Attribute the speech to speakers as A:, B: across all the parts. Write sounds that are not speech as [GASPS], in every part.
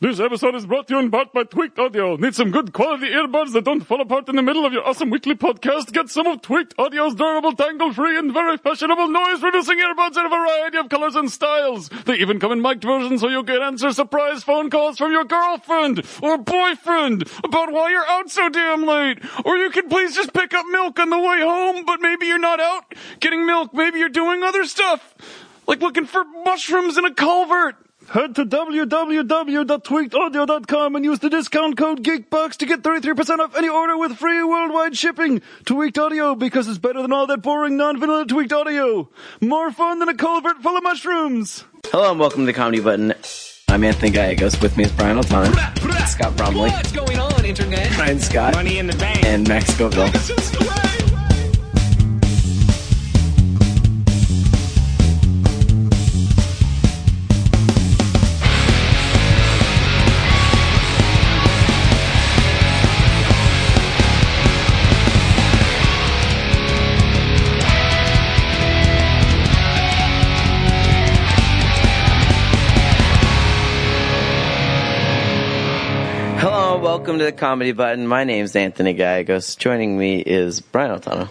A: This episode is brought to you in part by Tweaked Audio. Need some good quality earbuds that don't fall apart in the middle of your awesome weekly podcast? Get some of Tweaked Audio's durable, tangle-free, and very fashionable noise-reducing earbuds in a variety of colors and styles. They even come in mic'd versions so you can answer surprise phone calls from your girlfriend or boyfriend about why you're out so damn late. Or you can please just pick up milk on the way home, but maybe you're not out getting milk. Maybe you're doing other stuff, like looking for mushrooms in a culvert. Head to www.tweakedaudio.com and use the discount code GeekBox to get 33% off any order with free worldwide shipping. Tweaked Audio, because it's better than all that boring non-vanilla tweaked audio. More fun than a culvert full of mushrooms.
B: Hello and welcome to the Comedy Button. I'm Anthony Gallegos. With me is Brian Alton, Scott Bromley,
C: What's going on, internet?
B: Brian Scott,
D: Money in the bank.
B: and Max Scoville. Hello, welcome to the Comedy Button. My name's Anthony Gallegos. Joining me is Brian Altano,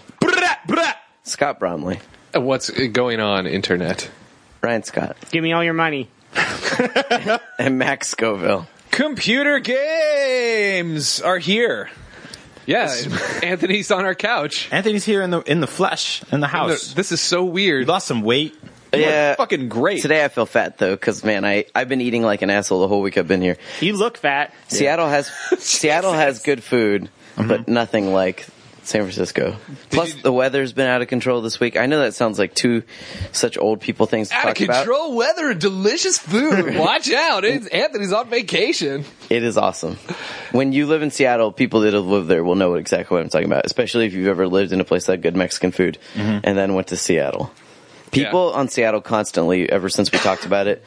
B: Scott Bromley,
E: What's going on, internet?
B: Brian Scott,
D: Give me all your money.
B: and Max Scoville.
F: Computer games are here.
E: Yeah, [LAUGHS] Anthony's on our couch.
G: Anthony's here in the in the flesh in the house.
E: This is so weird.
G: Lost some weight.
B: Yeah,
F: Fucking great.
B: Today I feel fat though, because man, I I've been eating like an asshole the whole week I've been here.
D: You look fat.
B: Seattle
E: [LAUGHS]
B: has Seattle has good food,
G: Mm-hmm.
B: but nothing like San Francisco. Plus, the weather's been out of control this week. I know that sounds like two such old people things to
E: Out of
B: talk about.
E: control weather and delicious [LAUGHS] food. Watch out. It's, Anthony's on vacation.
B: It is awesome. When you live in Seattle, people that have lived there will know exactly what I'm talking about, especially if you've ever lived in a place that had good Mexican food
G: Mm-hmm.
B: and then went to Seattle. People on Seattle constantly, ever since we talked about it,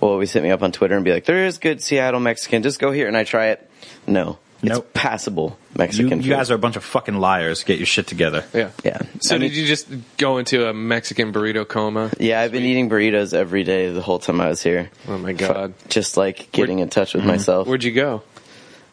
B: will always hit me up on Twitter and be like, there is good Seattle Mexican, just go here. And I try it. No.
G: Nope.
B: It's passable
G: You,
B: Mexican food.
G: you guys are a bunch of fucking liars. Get your shit together.
E: Yeah.
B: Yeah.
E: So did you just go into a Mexican burrito coma?
B: Yeah, I've been eating burritos every day the whole time I was here.
E: Oh my God.
B: Just like getting in touch with myself.
E: Where'd you go?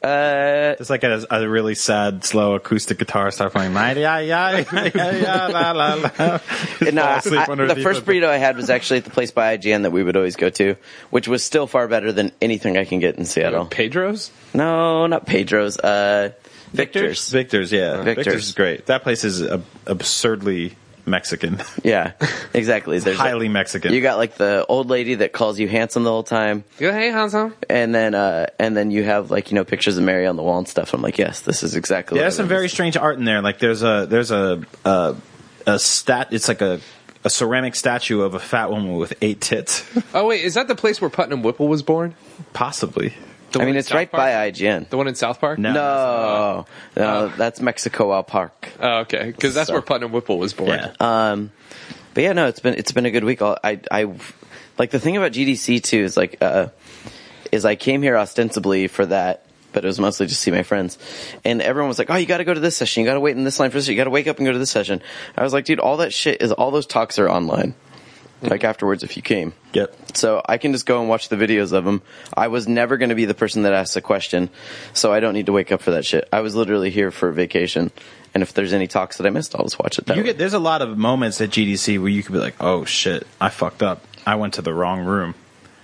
B: Uh,
G: It's like a, a really sad, slow acoustic guitar start playing. "My ya ya ya ya la la la." Just
B: no,
G: fall
B: I-
G: asleep
B: uh, I-
G: under
B: the first
G: influence.
B: burrito I had was actually at the place by IGN that we would always go to, which was still far better than anything I can get in Seattle.
E: Pedro's?
B: No, not Pedro's. Uh, Victor's.
G: Victor's, yeah,
B: Victor's.
G: Victor's. is great. That place is ab- absurdly Mexican,
B: Yeah, exactly. There's
G: highly
B: like-
G: Mexican.
B: you got like the old lady that calls you handsome the whole time,
E: Yeah, hey, handsome.
B: and then uh, and then you have like you know pictures of Mary on the wall and stuff. I'm like, yes, this is exactly.
G: yeah,
B: what
G: there's
B: I
G: some
B: want.
G: very strange art in there. Like there's a there's a a, a stat. It's like a a ceramic statue of a fat woman with eight tits, [LAUGHS]
E: Oh, wait, is that the place where Putnam Whipple was born?
G: possibly.
E: The
B: I
E: one
B: mean,
E: in
B: it's
E: South
B: right
E: Park?
B: by IGN.
E: The one in South Park?
G: No.
B: No, no, that's Mexico Park.
E: Oh, okay. Because that's where Putnam Whipple was born.
G: Yeah.
B: Um, but yeah, no, it's been it's been a good week. I'll- I I like the thing about GDC too is like uh, is I came here ostensibly for that, but it was mostly just to see my friends. And everyone was like, "Oh, you got to go to this session. You got to wait in this line for this. You got to wake up and go to this session." I was like, "Dude, all that shit is all those talks are online." Like afterwards, if you came,
G: Yep.
B: so I can just go and watch the videos of them. I was never going to be the person that asks a question, so I don't need to wake up for that shit. I was literally here for vacation, and if there's any talks that I missed, I'll just watch it. That
G: You
B: way.
G: get there's a lot of moments at GDC where you could be like, "Oh shit, I fucked up. I went to the wrong room."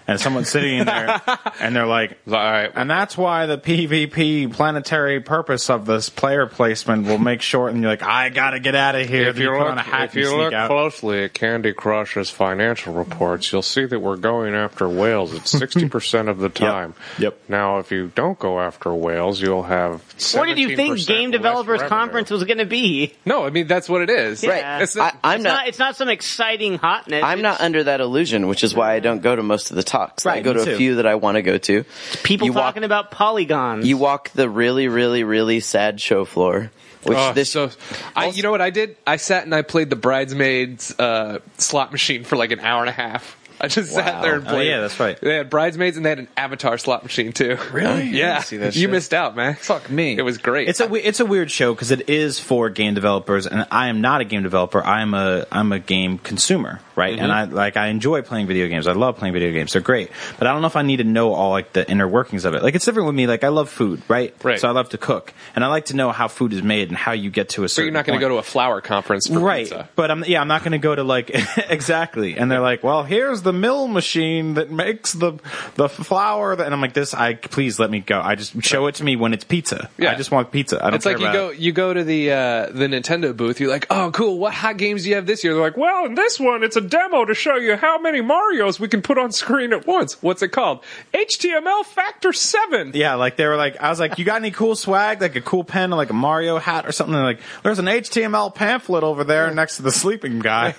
G: And someone's sitting in there [LAUGHS] and they're like,
E: All right.
G: "And that's why the PVP planetary purpose of this player placement will make sure." And you're like, "I got to get out of here."
E: If
G: Then
E: you
G: put
E: look,
G: on a hat
E: if
G: and
E: you
G: sneak
E: look
G: out.
E: closely at Candy Crush's financial reports, you'll see that we're going after whales at 60% of the time.
G: [LAUGHS] Yep.
E: Now, if you don't go after whales, you'll have.
D: What did you think
E: 17%
D: Game
E: less
D: Developers
E: revenue.
D: Conference was going to be?
E: No, I mean, that's what it is.
D: Right.
E: It's
B: I,
E: not-
B: I'm
D: It's
B: not.
D: not. It's not some exciting hotness.
B: I'm not
D: It's-
B: under that illusion, which is why I don't go to most of the talks. I
G: Right,
B: go
G: me
B: to a
G: too.
B: few that I want to go to.
D: people
B: you walk-
D: talking about polygons.
B: You walk the really, really, really sad show floor, which
C: Uh,
E: Oh,
B: this
E: so, I, you know what I did? I sat and I played the bridesmaids uh, slot machine for like an hour and a half.
C: I just sat there and
G: Oh,
C: played.
G: yeah, that's right.
C: They had bridesmaids and they had an avatar slot machine too. [LAUGHS]
G: Really?
C: Yeah.
F: see that
C: you
F: shit.
C: missed out, man.
F: Fuck me.
C: It was great.
G: It's a we- it's a weird show because it is for game developers, and I am not a game developer. I'm a I'm a game consumer, right? And
C: Mm-hmm.
G: I like I enjoy playing video games. I love playing video games. They're great, but I don't know if I need to know all like the inner workings of it. Like it's different with me. Like I love food, right?
C: Right.
G: So I love to cook, and I like to know how food is made and how you get to a
C: so
G: certain.
C: you're not going
G: point.
C: to go to a flower conference for
G: right
C: pizza.
G: but i'm yeah i'm not going to go to like [LAUGHS] exactly and they're like well here's the mill machine that makes the the flour that, and i'm like this i please let me go i just show it to me when it's pizza
C: Yeah.
G: i just want pizza i don't
C: It's like
G: care
C: you
G: about
C: go you go to the uh, the Nintendo booth. You're like, oh, cool. What hot games do you have this year? They're like, well, in this one, it's a demo to show you how many Mario's we can put on screen at once. What's it called? HTML Factor Seven.
G: yeah, like they were like, I was like, you got any cool swag, like a cool pen, or like a Mario hat or something? They're like, there's an HTML pamphlet over there next to the sleeping
C: [LAUGHS]
G: guy.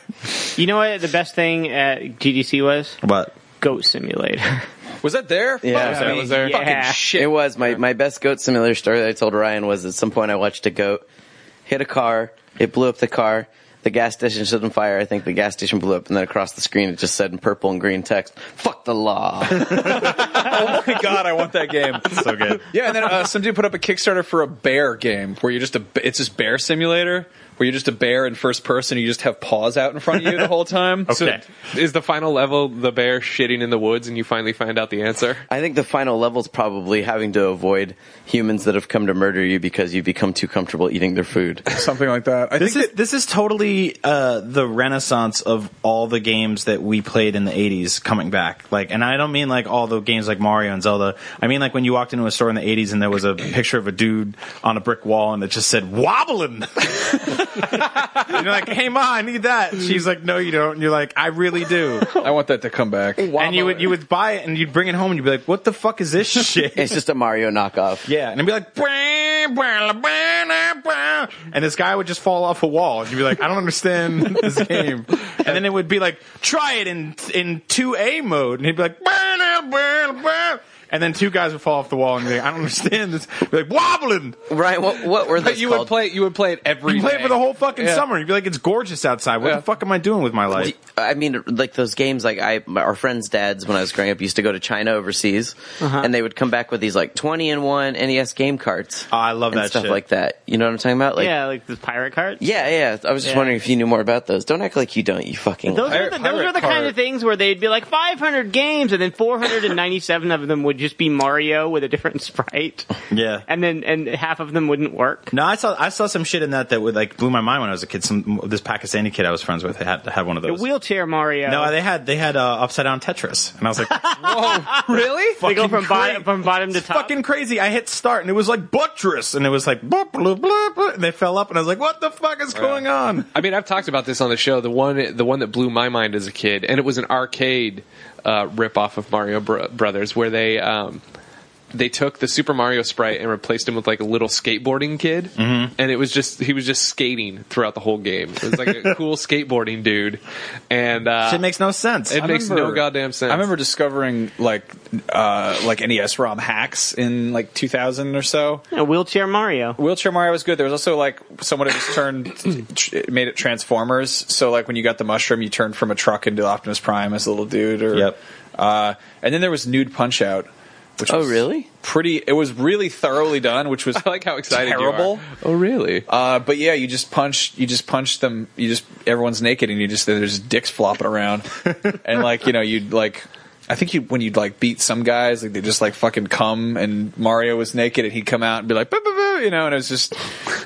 D: You know what the best thing at GDC was?
G: What?
D: Goat Simulator.
F: Was that there?
B: Yeah.
F: Fuck
B: Yeah,
F: me.
B: it was
D: there.
F: Fucking
D: Yeah.
F: shit.
B: It was my my best goat simulator story that I told Ryan was at some point I watched a goat hit a car, it blew up the car. The gas station set on fire. I think the gas station blew up, and then across the screen it just said in purple and green text, "Fuck the [LAUGHS] law."
F: Oh my god, I want that game.
D: [LAUGHS]
G: So good.
F: Yeah, and then uh, some dude put up a Kickstarter for a bear game where you're just a it's this bear simulator where you're just a bear in first person. You just have paws out in front of you the
C: [LAUGHS]
F: whole time.
C: So
G: Okay.
C: is the final level the bear shitting in the woods and you finally find out the answer?
B: I think the final level's probably having to avoid humans that have come to murder you because you become too comfortable eating their [LAUGHS] food.
F: something like that. I
G: This
F: think
G: is this is totally uh, the renaissance of all the games that we played in the '80s coming back. Like, and I don't mean like all the games like Mario and Zelda. I mean like when you walked into a store in the '80s and there was a picture of a dude on a brick wall and it just said "wobbling." and [LAUGHS] you're like, "Hey, ma, I need that." She's like, "No, you don't." And you're like, "I really do."
F: [LAUGHS] I want that to come back.
G: And you would you would buy it and you'd bring it home and you'd be like, "What the fuck is this shit?"
B: It's just a Mario knockoff.
G: Yeah, and it'd be like, "Bwah, bwah, la, bwah, la, bwah," and this guy would just fall off a wall. And you'd be like, I don't understand [LAUGHS] this game. And then it would be like, try it in in two A mode, and he'd be like, "Bwah, la, bwah, la, bwah." and then two guys would fall off the wall, and be like, I don't understand this. Be like wobbling.
B: Ryan, what, what were those
C: you
B: called?
C: would play you would play it every
G: You play
C: day.
G: it for the whole fucking
C: Yeah.
G: summer. You'd be like, it's gorgeous outside. What
C: Yeah.
G: the fuck am I doing with my life?
B: I mean, like those games. Like I, my- our friends' dads when I was growing up used to go to China overseas,
D: Uh-huh.
B: and they would come back with these like twenty and one NES game carts.
G: Oh, I love
B: and
G: that
B: stuff
G: shit.
B: like that. You know what I'm talking about? Like,
D: yeah, like the pirate cards.
B: yeah, yeah. I was just
D: Yeah.
B: wondering if you knew more about those. Don't act like you don't. You fucking.
D: Those
F: Pirate-
D: were the, those
F: pirate
D: were the kind
F: card.
D: of things where they'd be like 500 games, and then 497 of them would just be Mario with a different [LAUGHS] sprite,
G: Yeah.
D: and then and half of them wouldn't work.
G: No, I saw I saw some shit in that that would like blew my mind when I was a kid. Some this Pakistani kid I was friends with had had one of
D: The
G: those.
D: wheelchair Mario.
G: no, they had they had uh, upside down Tetris, and I was like, [LAUGHS]
C: Whoa, really?
D: they go
G: fucking
D: from bottom
G: great.
D: from bottom to top.
G: fucking crazy. I hit start and it was like buttress and it was like blah, blah, blah, blah, and they fell up and I was like, what the fuck is going on?
C: I mean, I've talked about this on the show. The one, the one that blew my mind as a kid, and it was an arcade uh, ripoff of Mario Bro- Brothers, where they um, they took the Super Mario sprite and replaced him with like a little skateboarding kid, mm-hmm. and it was just he was just skating throughout the whole game. It was like
F: [LAUGHS]
C: a cool skateboarding dude, and uh,
G: Shit makes no sense.
C: it
F: I
C: makes
F: remember-
C: no goddamn sense.
F: I remember discovering like uh, like NES ROM hacks in like 2000 or so.
D: a wheelchair Mario.
F: Wheelchair Mario was good. There was also like someone who just turned tr- made it Transformers. So like when you got the mushroom, you turned from a truck into Optimus Prime as a little dude. Or
G: Yep.
F: uh, and then there was Nude Punch Out. Which
B: Oh,
F: was
B: really?
F: Pretty. It was really thoroughly done, which was
C: I like how excited
F: terrible.
C: you are. Oh, really?
F: Uh, but yeah, you just punch, you just punch them. You just everyone's naked, and you just there's dicks flopping around, and like you know you'd like. I think you when you'd like beat some guys, like they just like fucking come, and Mario was naked, and he'd come out and be like, boo, boo, boo, you know, and it was just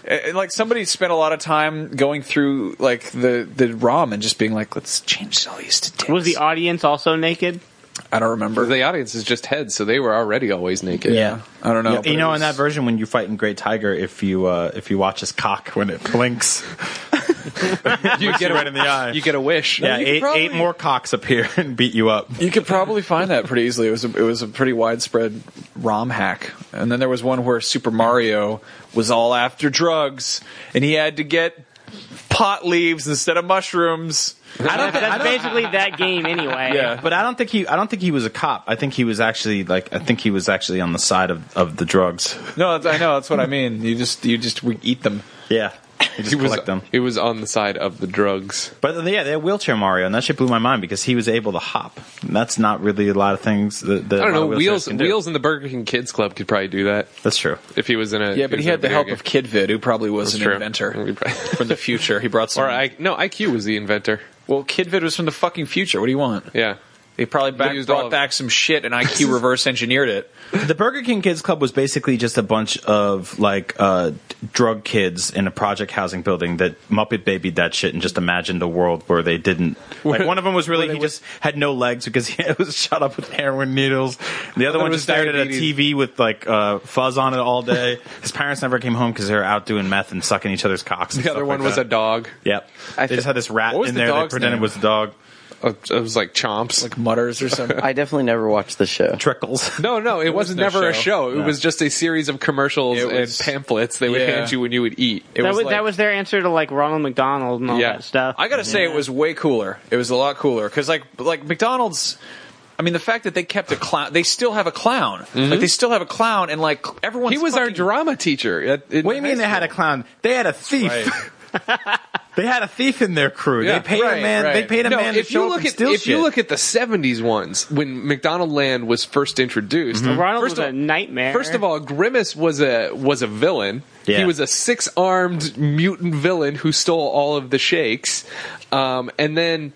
F: and, and, like somebody spent a lot of time going through like the the ROM and just being like, let's change all these to dicks.
D: Was the audience also naked?
F: I don't remember.
C: The audience is just heads, so they were already always naked.
F: I don't know. but
G: you
F: it
G: know, in
F: was-
G: that
F: [LAUGHS]
G: version when you fight in Great Tiger, if you uh, if you watch his cock when it blinks,
C: you get a,
F: [LAUGHS]
G: right in the eye.
C: You get a wish.
G: yeah,
F: you could
G: eight,
F: probably-
G: eight more cocks appear [LAUGHS] and beat you up.
F: You could probably find that pretty easily. It was a, it was a pretty widespread ROM hack. And then there was one where Super Mario was all after drugs, and he had to get pot leaves instead of mushrooms.
G: I don't, thi- I
D: That's
G: don't,
D: basically that game anyway.
F: Yeah.
G: but I don't think he I don't think he was a cop. I think he was actually like I think he was actually on the side of, of the drugs.
F: No, that's, I know that's what I mean. You just you just we eat them.
G: Yeah. You just
C: He was,
G: collect them.
C: he was on the side of the drugs.
G: But yeah, they had wheelchair Mario, and that shit blew my mind because he was able to hop. And that's not really a lot of things that, that
C: I don't
G: a lot
C: know.
G: of wheelchairs
C: Wheels
G: can do.
C: Wheels in the Burger King Kids Club could probably do that
G: That's true.
C: if he was in a.
F: Yeah, but
C: if was in
F: he had
C: a
F: the
C: video
F: help
C: game.
F: of KidVid, who probably was an
C: true.
F: inventor
C: [LAUGHS] He probably-
F: from the future.
C: [LAUGHS]
F: He brought some.
C: Or I no IQ was the inventor.
F: well, KidVid was from the fucking future. What do you want?
C: Yeah.
F: They probably
C: They
F: back,
C: used all [LAUGHS]
F: brought
C: of-
F: back some shit, and IQ reverse engineered it.
G: The Burger King Kids Club was basically just a bunch of like uh, drug kids in a project housing building that Muppet babied that shit and just imagined a world where they didn't. Like one of them was really he just had no legs because he [LAUGHS] was shot up with heroin needles. The other
C: One
G: one
C: was
G: just stared at a
C: diabetes.
G: TV with like uh, fuzz on it all day. His parents never came home because they were out doing meth and sucking each other's cocks.
C: The other one was a dog.
G: Yep.
B: I
G: they just
B: fe-
G: had this rat
C: What was
G: in
C: the
G: there that
C: dog's
G: pretended
C: name?
G: was a dog.
C: Uh, It was like Chomps.
F: Like mutters or something.
B: I definitely never watched the show.
G: Trickles.
C: no, no, it was,
F: was no
C: never a
F: show.
C: show. It was just a series of commercials
F: It was-
C: and pamphlets they would
F: Yeah.
C: hand you when you would eat.
F: It
D: that was,
F: like-
D: that was their answer to like Ronald McDonald and all
C: Yeah.
D: that stuff.
F: I gotta say, it was way cooler. It was a lot cooler because, like, like McDonald's. I mean, the fact that they kept a clown. They still have a clown. Like they still have a clown, and like everyone.
C: He was our drama teacher. At, in
G: What do you
C: high
G: mean they had a clown? They had a thief. [LAUGHS] they had a thief in their crew.
C: Yeah.
G: they paid
F: Right,
G: a man.
F: right.
G: They paid a
C: no,
G: man
C: if
G: to show
C: you
G: up
C: look
G: and
C: at
G: steal
C: if you
G: shit.
C: look at the '70s ones when McDonald Land was first introduced,
D: Mm-hmm. Ronald
C: first
D: was
C: of-
D: a nightmare.
C: First of all, Grimace was a was a villain.
G: Yeah.
C: He was a six armed mutant villain who stole all of the shakes, um, and then.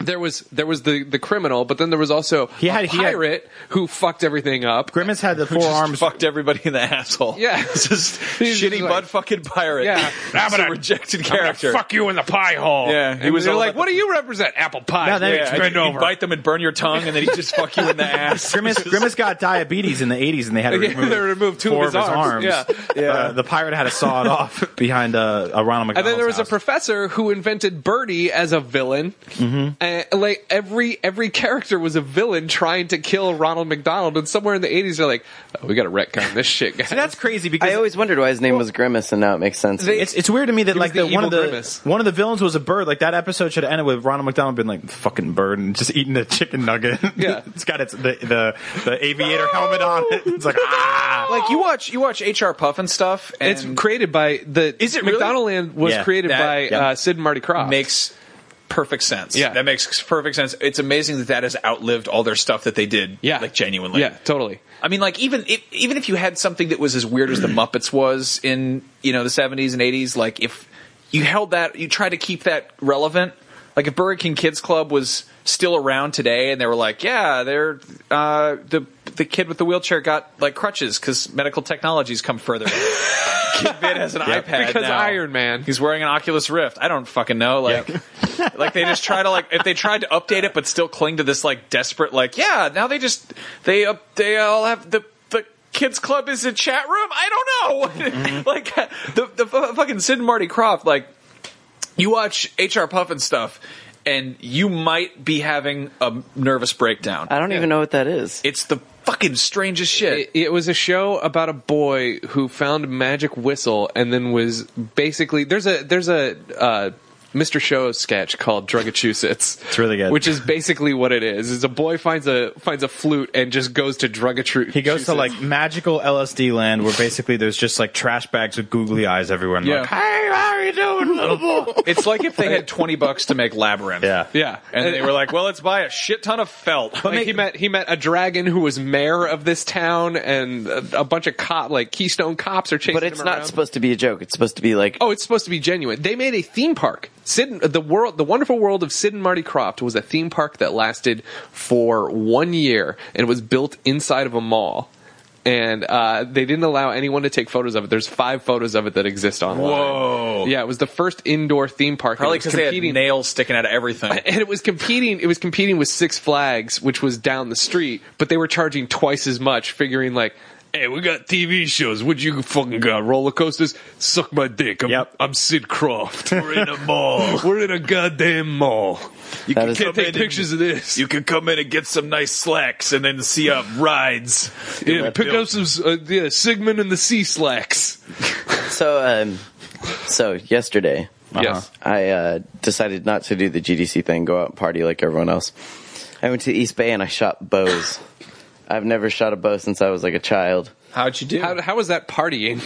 C: There was there was the, the criminal, but then there was also
G: He had-
C: a
G: he had-
C: pirate who fucked everything up.
G: Grimace had the four arms.
F: fucked everybody in the asshole. [LAUGHS]
C: Yeah.
F: just
C: He's
F: shitty
C: just like-
F: butt fucking pirate.
C: Yeah.
F: Just a rejected character.
E: Fuck you in the pie hole.
F: Yeah, he
C: He was
F: was
C: they're
F: all
C: like,
F: about
C: "What do you represent? Apple pie."
G: No, they-
F: Yeah,
E: Bend
F: you
E: over.
F: bite them and burn your tongue, and then he just fuck you in the ass.
G: Grimace, Grimace got diabetes in the 80s and they had to
C: [LAUGHS] Yeah,
G: remove,
C: they removed two of
G: four
C: his arms.
G: Yeah. Uh, the pirate had to saw it off [LAUGHS] behind uh, a Ronald McDonald.
C: And then there was
G: house.
C: a professor who invented Birdie as a villain.
F: Mm-hmm.
C: And like every every character was a villain trying to kill Ronald McDonald. And somewhere in the eighties, they're like, oh, "We got to retcon this shit, guys."
F: [LAUGHS]
G: See, that's crazy because
B: I always wondered why his name was Grimace, and now it makes sense.
G: it's it's weird to me that
C: was
G: like
C: the
G: the,
C: evil
G: one of the
C: Grimace.
G: one of the villains was a bird. Like that episode should have ended with Ronald McDonald being like fucking bird and just eating a chicken nugget. [LAUGHS]
C: Yeah.
G: it's got its the the, the aviator helmet on it. It's like ah.
F: [LAUGHS] Like you watch you watch HR Puff and stuff, and
C: it's created by the
F: Is it really?
C: McDonaldland was
G: Yeah.
C: created
F: That-
C: by
G: yeah.
C: uh, Sid and Marty Krofft.
F: makes perfect sense.
C: Yeah.
F: that makes perfect sense. It's amazing that that has outlived all their stuff that they did.
C: yeah,
F: like genuinely.
C: Yeah, totally.
F: I mean, like even if, even if you had something that was as weird as the Muppets was in you know the seventies and eighties, like if you held that, you tried to keep that relevant. Like if Burger King Kids Club was still around today, and they were like, yeah, they're uh, the the kid with the wheelchair got like crutches because medical technology's come further. Kid Vid has [LAUGHS] an iPad
C: Because
F: now.
C: Iron Man.
F: He's wearing an Oculus Rift. I don't fucking know. Like, [LAUGHS] like they just try to like if they tried to update it, but still cling to this like desperate like yeah. Now they just they up they all have the the kids club is a chat room. I don't know. [LAUGHS] like the the fu- fucking Sid and Marty Croft like you watch HR Puff and stuff, and you might be having a nervous breakdown.
B: I don't even know what that is.
F: It's the fucking strangest shit.
C: It, it was a show about a boy who found a magic whistle and then was basically there's a there's a uh, Mr. Show sketch called Drugachusetts. It's
G: really good.
C: Which is basically what it is. Is a boy finds a finds a flute and just goes to Drugachusetts.
G: He goes to like magical LSD land where basically there's just like trash bags with googly eyes everywhere. And
F: Yeah.
G: like, hey, how are you doing, little boy?
F: It's like if they had [LAUGHS] twenty bucks to make Labyrinth.
G: "Ah, Yeah.
C: yeah,
F: And they were like, well, let's buy a shit ton of felt.
C: Like, he met he met a dragon who was mayor of this town, and a, a bunch of cop like Keystone cops are chasing.
B: But it's
C: him
B: not
C: around.
B: supposed to be a joke. It's supposed to be like
C: Oh, it's supposed to be genuine. They made a theme park. Sid, and- the world, the wonderful world of Sid and Marty Croft was a theme park that lasted for one year, and it was built inside of a mall. And uh, they didn't allow anyone to take photos of it. There's five photos of it that exist online.
F: Whoa.
C: Yeah, it was the first indoor theme park. and
F: Probably
C: it was
F: because they had
C: competing-
F: nails sticking out of
C: [LAUGHS]
F: everything.
C: and it was competing. It was competing with Six Flags, which was down the street, but they were charging twice as much, figuring like, "Hey, we got TV shows. What you fucking got? Roller coasters? Suck my dick. I'm,
G: Yep.
C: I'm Sid Croft. We're in a
F: [LAUGHS]
C: mall. We're in a goddamn mall.
F: You
B: That
F: can,
B: is-
F: come
C: Can't take
F: in
C: pictures
F: and,
C: of this.
F: you can come in and get some nice slacks and then see up rides.
C: Yeah, pick up some uh, yeah, Sigmund and the Sea Slacks.
B: so. Um, so yesterday,
C: Yes.
B: I uh, decided not to do the GDC thing, go out and party like everyone else. I went to the East Bay and I shot bows. I've never shot a bow since I was like a child. [LAUGHS]
F: How'd you do?
C: How, how was that partying?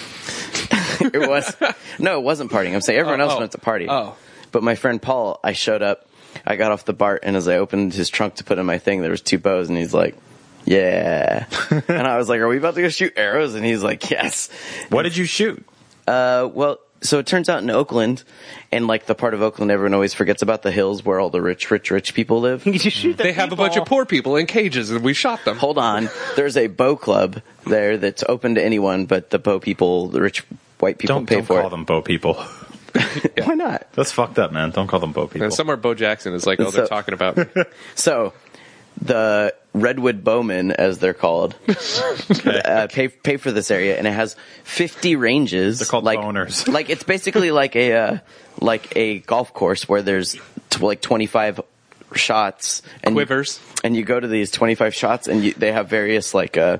B: it was no, it wasn't partying. I'm saying everyone else
C: oh.
B: went to party.
C: Oh.
B: but my friend Paul, I showed up. I got off the BART, and as I opened his trunk to put in my thing, there was two bows, and he's like,
C: [LAUGHS]
B: "Yeah," and I was like, "Are we about to go shoot arrows?" And he's like, "Yes."
G: What did you shoot?
B: Uh, well, so it turns out in Oakland, and like the part of Oakland everyone always forgets about, the hills where all the rich, rich, rich people live. [LAUGHS]
D: [LAUGHS] You shoot the
C: They have a bunch of
D: people.
C: poor people in cages, and we shot them.
B: Hold on, there's a bow club there that's open to anyone, but the bow people, the rich white people,
G: Don't,
B: pay
G: don't
B: for
G: call
B: it.
G: them bow people. [LAUGHS]
B: Why not?
G: That's fucked up, man. Don't call them bow people.
C: And somewhere Bo Jackson is like, oh, they're
B: So-
C: talking about me.
B: So the Redwood Bowmen, as they're
G: [LAUGHS]
B: called, uh, pay pay for this area, and it has fifty ranges.
G: They're called
B: like,
G: boners.
B: [LAUGHS] Like it's basically like a uh, like a golf course where there's t- like twenty five shots and
C: Quivers.
B: and you go to these twenty five shots, and you, they have various like uh,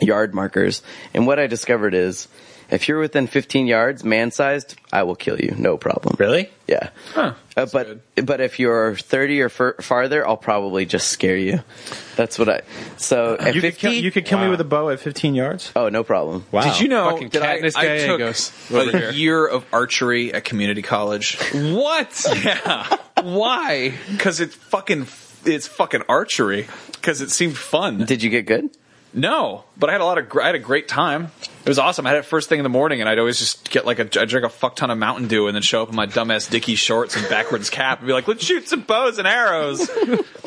B: yard markers. And what I discovered is. If you're within 15 yards, man-sized, I will kill you, no problem.
F: Really?
B: Yeah.
F: Huh.
B: Uh, but but if you're 30 or fur- farther, I'll probably just scare you. That's what I. So at
G: you,
B: 50,
G: could kill, you could kill me with a bow at 15 yards.
B: oh no problem.
G: Wow.
F: Did you know
C: Fucking
F: that I,
C: Katniss
F: I took
C: Gallegos over here.
F: a year of archery at community college?
C: What? Why?
F: Because it's fucking it's fucking archery. Because it seemed fun.
B: Did you get good?
F: No, but I had a lot of gr- I had a great time. It was awesome. I had it first thing in the morning, and I'd always just get like a I drink a fuck ton of Mountain Dew, and then show up in my dumbass Dickie shorts and backwards cap, and be like, "Let's shoot some bows and arrows."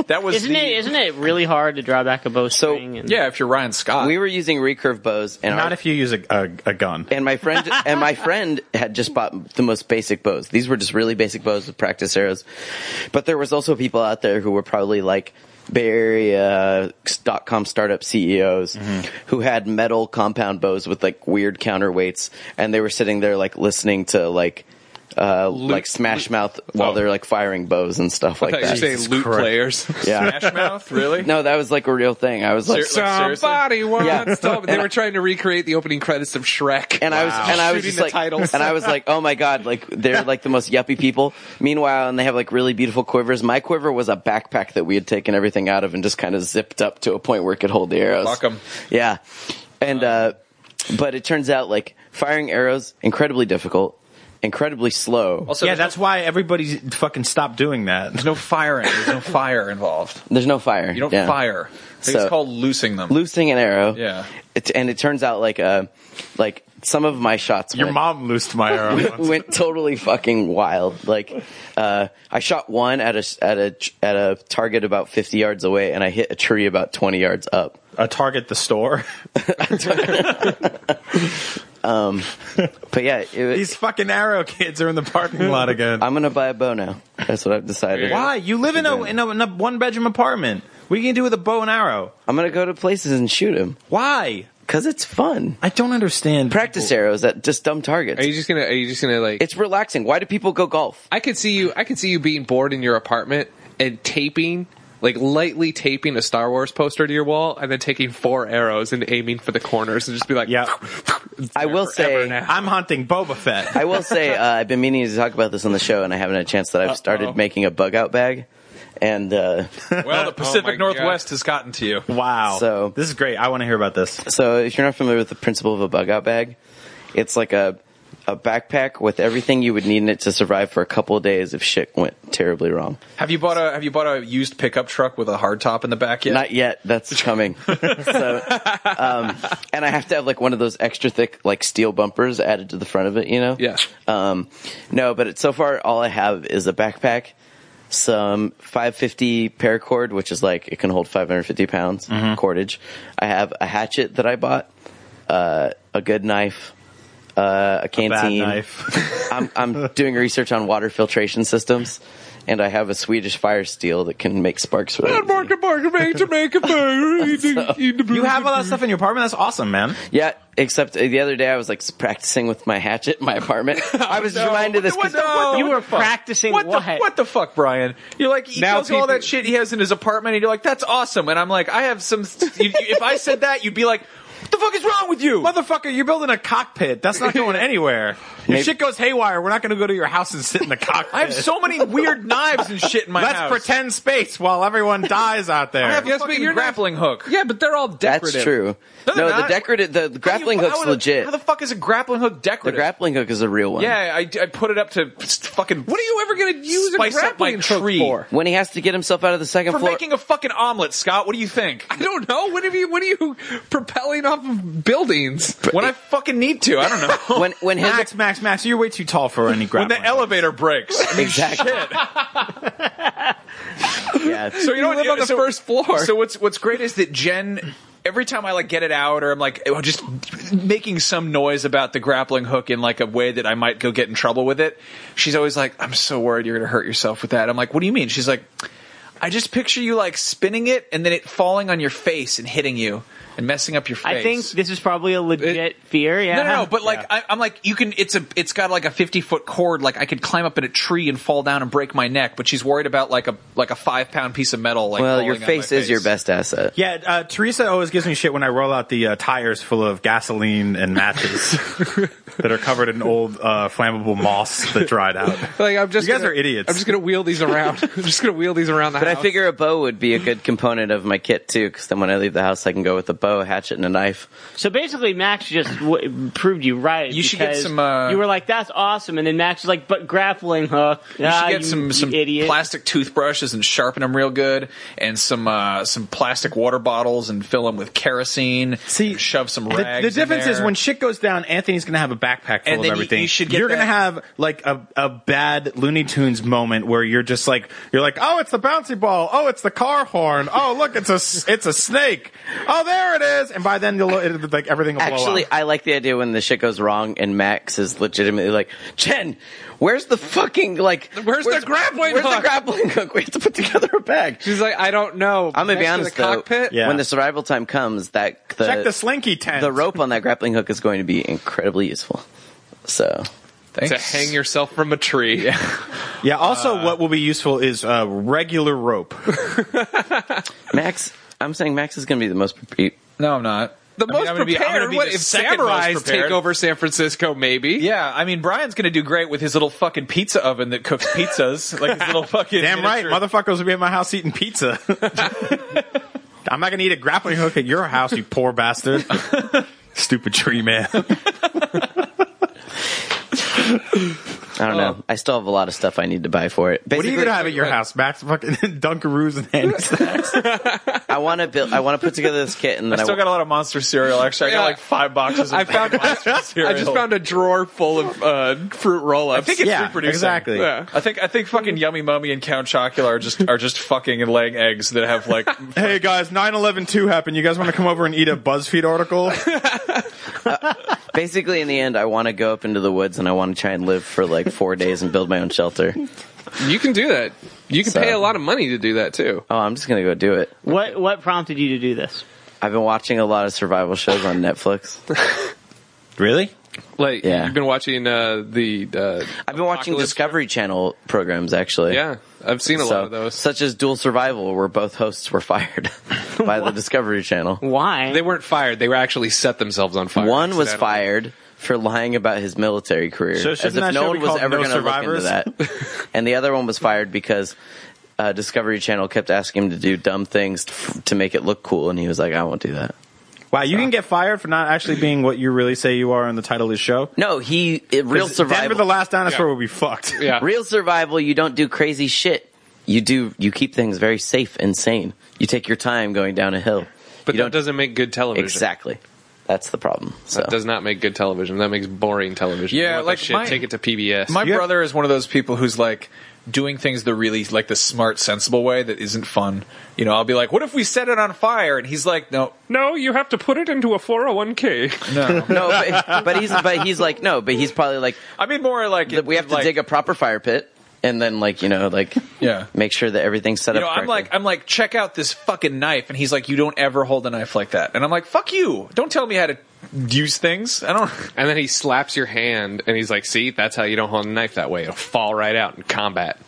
F: That was
D: Isn't
F: the,
D: it? Isn't it really hard to draw back a bowstring? and,
F: yeah. If you're Ryan Scott,
B: We were using recurve bows and
G: Not
B: our,
G: if you use a, a, a gun.
B: and my
C: [LAUGHS]
B: friend and my friend had just bought the most basic bows. These were just really basic bows with practice arrows. But there was also people out there who were probably like Bay Area dot com startup CEOs
C: Mm-hmm.
B: who had metal compound bows with like weird counterweights, and they were sitting there like listening to like uh, like Smash Mouth while
C: Oh.
B: they're like firing bows and stuff like
C: I thought
B: that.
C: you were saying loot [LAUGHS] players.
B: yeah,
F: Smash Mouth, really?
B: [LAUGHS] no, that was like a real thing. I was like,
F: Ser- like, seriously?
C: Somebody wants
B: Yeah.
C: to- They
B: And
C: were trying to recreate the opening credits of Shrek.
B: and I was and I was
C: Shooting
B: just
C: the
B: like
C: titles.
B: and I was like, oh my god, like they're like the most yuppie people. Meanwhile, and they have like really beautiful quivers. My quiver was a backpack that we had taken everything out of and just kind of zipped up to a point where it could hold the arrows.
F: Fuck 'em.
B: Yeah, and uh, but it turns out like firing arrows incredibly difficult, incredibly slow.
F: Also,
G: Yeah,
F: there's no-
G: that's why everybody's fucking stopped doing that. [LAUGHS]
F: there's no firing. There's no fire involved.
B: There's no fire.
F: You don't
B: Yeah.
F: fire. I think
B: So-
F: it's called loosing them.
B: Loosing an arrow.
F: Yeah.
B: It, and it turns out like uh, like some of my shots.
G: Your
B: went-
G: mom loosed my
B: [LAUGHS]
G: arrow. once.
B: went totally fucking wild. Like, uh, I shot one at a at a at a target about fifty yards away, and I hit a tree about twenty yards up.
G: a target the store.
B: But yeah, it,
G: [LAUGHS] These fucking arrow kids are in the parking lot again.
B: I'm gonna buy a bow now. That's what I've decided.
G: Why? You live in a, in a, in a one bedroom apartment. What are you gonna do with a bow and arrow?
B: I'm gonna go to places and shoot him
G: Why?
B: because it's fun.
G: I don't understand.
B: Practice arrows at just dumb targets.
C: are you just gonna? Are you just gonna like?
B: it's relaxing. Why do people go golf?
C: I could see you. I could see you being bored in your apartment and taping, like lightly taping a Star Wars poster to your wall, and then taking four arrows and aiming for the corners, and just be like,
G: Yeah.
B: I will say.
G: I'm hunting Boba Fett.
B: I will say
C: [LAUGHS]
B: uh, I've been meaning to talk about this on the show, and I haven't had a chance. That I've started making a bug out bag, and uh,
F: Well, the Pacific
C: God.
F: Northwest has gotten to you.
G: Wow.
B: So-
G: this is great. I want to hear about this.
B: So if you're not familiar with the principle of a bug out bag, it's like a a backpack with everything you would need in it to survive for a couple of days if shit went terribly wrong.
F: Have you bought a Have you bought a used pickup truck with a hard top in the back yet?
B: Not yet. That's coming. so, um, and I have to have like one of those extra thick like steel bumpers added to the front of it. You know.
C: Yeah.
B: Um, no, but it, so far all I have is a backpack, some 550 paracord, which is like it can hold 550 pounds cordage. I have a hatchet that I bought, uh, a good knife, uh, a
G: Bad
B: canteen.
G: knife.
B: I'm I'm doing research on water filtration systems, and I have a Swedish fire steel that can make sparks. Really easily.
A: [LAUGHS]
G: You have all that stuff in your apartment. That's awesome, man.
B: Yeah, except uh, the other day I was like s- practicing with my hatchet in my apartment. I was reminded of this. 'cause-
F: no.
D: You were
F: Fuck.
D: practicing
F: what?
D: what?
F: The, what the fuck, Brian? You're like he
C: Now
F: tells you all
C: people-
F: that shit he has in his apartment, and you're like, "That's awesome." And I'm like, "I have some." You, you- if I said that, you'd be like, "What the fuck is wrong with you?"
G: Motherfucker, you're building a cockpit. That's not going anywhere.
B: Maybe-
G: If shit goes haywire, we're not going to go to your house and sit in the cockpit.
F: I have so many weird knives and shit in my
G: Let's
F: house.
G: pretend space while everyone dies [LAUGHS] out there.
F: I have
G: yeah,
F: a fucking
C: you're not-
F: grappling hook.
C: Yeah, but they're all decorative.
B: That's true.
F: No,
B: No,
F: they're
B: the
F: not.
B: decorative, the, the grappling
F: How
B: hook's
F: would a-
B: legit.
F: How the fuck is a grappling hook
B: the
F: decorative?
B: grappling hook is a real one.
F: yeah, I, I put it up to fucking.
C: What are you ever going to use
F: Spice
C: a
F: up my
C: grappling hook
F: tree.
C: for?
B: When he has to get himself out of the second
F: for
B: floor,
F: making a fucking omelet, Scott? What do
B: [LAUGHS]
F: you think?
C: I don't know. What are you? What are you propelling off of buildings?
F: When I fucking need to, I don't
B: [LAUGHS]
F: know.
B: when when his
G: Max, Max, Max, you're way too tall for any
F: when
G: grappling.
F: the elevator breaks.
B: exactly, yeah,
F: So you, know what?
C: live on the
F: so-
C: first floor.
F: So what's what's great is that Jen. Every time I like get it out, or I'm like oh, just making some noise about the grappling hook in like a way that I might go get in trouble with it, she's always like, "I'm so worried you're going to hurt yourself with that." I'm like, "What do you mean?" She's like, "I just picture you like spinning it and then it falling on your face and hitting you and messing up your face."
D: I think this is probably a legit fear. Yeah.
F: No, no, no. But like, I, I'm like, you can. It's a. It's got like a 50 foot cord. Like, I could climb up in a tree and fall down and break my neck. But she's worried about like a like a five pound piece of metal. Like,
B: well,
F: falling
B: your
F: on my
B: face is your best asset.
G: Yeah, uh, Teresa always gives me shit when I roll out the uh, tires full of gasoline and [LAUGHS] matches that are covered in old uh, flammable moss that dried out.
C: Like I'm just
G: You guys
C: gonna-
G: are idiots.
C: I'm just gonna wheel these around. [LAUGHS] I'm just gonna wheel these around the
B: But
C: house.
B: I figure a bow would be a good component of my kit too, because then when I leave the house, I can go with a bow, a hatchet, and a knife.
D: So basically, Max just w- proved you right.
F: You should get
D: because
F: some, uh,
D: you were like, "That's awesome," and then Max was like, "But grappling hook." Ah,
F: You should get some some
D: idiot.
F: plastic toothbrushes and sharpen them real good, and some uh, some plastic water bottles and fill them with kerosene.
G: See,
F: and shove some
G: The-
F: rags.
G: The,
F: in
G: difference is
F: there.
G: when shit goes down, Anthony's going to have a backpack full
F: And
G: of
F: then you-
G: everything.
F: you should get
G: are
F: that-
G: to have like a, a bad Looney Tunes moment where you're just like you're like, oh, it's the bouncy ball. Oh, it's the car horn. Oh, look, it's a s- [LAUGHS] it's a snake. Oh, there it is. And by then, you'll it, like everything will blow
B: Actually,
G: up.
B: I like the idea when the shit goes wrong and Max is legitimately like, Jen, where's the fucking like,
C: Where's the grappling
B: Where's the
C: hook?"
B: grappling hook? We have to put together a bag.
C: she's like, I don't know.
B: I'm gonna be
C: Next to
B: honest
C: the
B: though,
C: cockpit.
G: Yeah.
B: when the survival time comes, that the
G: Check the slinky tent.
B: the rope on that grappling hook is going to be incredibly useful. So
C: to
F: Thanks.
C: hang yourself from a tree.
G: Yeah. Also, what will be useful is uh, regular rope.
B: Max, I'm saying Max is going to be the most. Pre-
F: No, I'm not.
C: The
F: I mean,
C: most
F: I'm gonna be- I'm
C: prepared.
F: gonna be
C: what
F: the
C: if
F: second most
C: samurais
F: prepared.
C: take over San Francisco? Maybe.
F: Yeah, I mean Brian's gonna do great with his little fucking pizza oven that cooks pizzas, [LAUGHS] like his little
G: [LAUGHS]
F: fucking.
G: Damn right,
F: miniature-
G: motherfuckers will be at my house eating [LAUGHS] pizza. I'm not gonna eat a grappling hook at your house, you poor [LAUGHS] bastard. Stupid tree man.
B: I
C: Oh.
B: don't know. I still have a lot of stuff I need to buy for it.
G: What are
B: Basically,
G: you gonna have at your house, Max? Fucking [LAUGHS] Dunkaroos and Andy Snacks.
B: I want to build. I want to put together this kit, and then I,
F: I still
B: wa-
F: got a lot of monster cereal. Actually, I got
C: Yeah.
F: like five boxes. Of
C: I found.
F: monster [LAUGHS] cereal.
C: I just found a drawer full of uh, fruit roll-ups.
F: I think it's
G: Yeah,
F: reproducing.
G: exactly.
F: Yeah. I think I think fucking Yummy Mummy and Count Chocula are just are just fucking and laying eggs that have like
G: [LAUGHS] Hey guys, 9-11-2 happened. You guys want to come over and eat a BuzzFeed article?
B: basically in the end, I want to go up into the woods and I want to try and live for like four days and build my own shelter.
C: you can do that. You can
B: So-
C: pay a lot of money to do that too.
B: Oh, I'm just gonna go do it.
D: What what prompted you to do this?
B: I've been watching a lot of survival shows on Netflix.
G: Really?
C: Like
B: Yeah.
C: you've been watching uh, the. Uh,
B: I've been watching
C: Apocalypse-
B: Discovery Channel programs actually.
C: Yeah, I've seen a
B: So,
C: lot of those.
B: Such as Dual Survival, where both hosts were [LAUGHS] fired by the Discovery Channel.
D: Why?
C: They weren't fired. They were actually set themselves on fire.
B: One was
C: accidentally.
B: fired for lying about his military career,
G: So
B: as
G: shouldn't
B: if
G: that show
B: no
G: be
B: one was
G: called
B: ever
G: No
B: going to look into
G: Survivors? [LAUGHS]
B: that. and the other one was fired because uh, Discovery Channel kept asking him to do dumb things to, to make it look cool, and he was like, "I won't do that."
G: Wow, you can get fired for not actually being what you really say you are in the title of the show.
B: No, he it, real
G: Denver the
B: survival.
G: Last Dinosaur will be fucked.
C: Yeah.
B: real survival. You don't do crazy shit. You do. You keep things very safe and sane. You take your time going down a hill.
C: But
B: you
C: that doesn't make good television.
B: exactly. That's the problem. So
C: That does not make good television. That makes boring television.
F: Yeah,
C: You want that
F: like
C: shit,
F: my-
C: take it to PBS.
F: My
G: Yeah.
F: brother is one of those people who's like doing things the really like the smart, sensible way that isn't fun. You know, I'll be like, "What if we set it on fire?" And he's like, "No,
C: no, you have to put it into a 401k.
F: no."
B: no, but, but he's but he's like no, but he's probably like
F: I mean, more like
B: that we have to
F: like,
B: dig a proper fire pit and then like you know like
F: Yeah.
B: make sure that everything's set
F: You
B: up
F: know, I'm
B: correctly.
F: like, I'm like, check out this fucking knife, and he's like, "You don't ever hold a knife like that." And I'm like, "Fuck you! Don't tell me how to use things. I don't."
C: And then he slaps your hand and he's like, see, that's how you don't hold a knife that way. It'll fall right out in combat.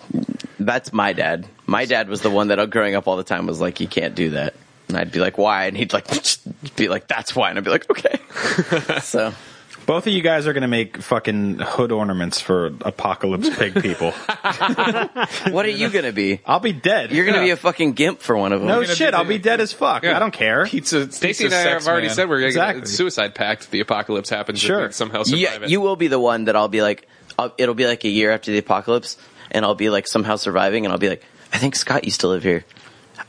B: that's my dad my dad was the one that uh, growing up all the time was like you can't do that [LAUGHS]
F: [LAUGHS]
B: and I'd be like why and he'd like be like that's why and I'd be like okay so
G: [LAUGHS] Both of you guys are going to make fucking hood ornaments for apocalypse pig people.
B: What are you gonna be?
G: I'll be dead.
B: You're gonna be a fucking gimp for one of them.
G: no
F: gonna
G: shit.
F: be
G: I'll be dead as fuck. I don't care.
F: Pizza.
C: Stacy and I have already said we're going to
G: Exactly.
C: get suicide pact. The apocalypse happens.
G: Sure.
C: Sure. somehow survive
B: yeah,
C: it.
B: you will be the one that I'll be like. I'll, it'll be like a year after the apocalypse, and I'll be like somehow surviving, and I'll be like, I think Scott used to live here.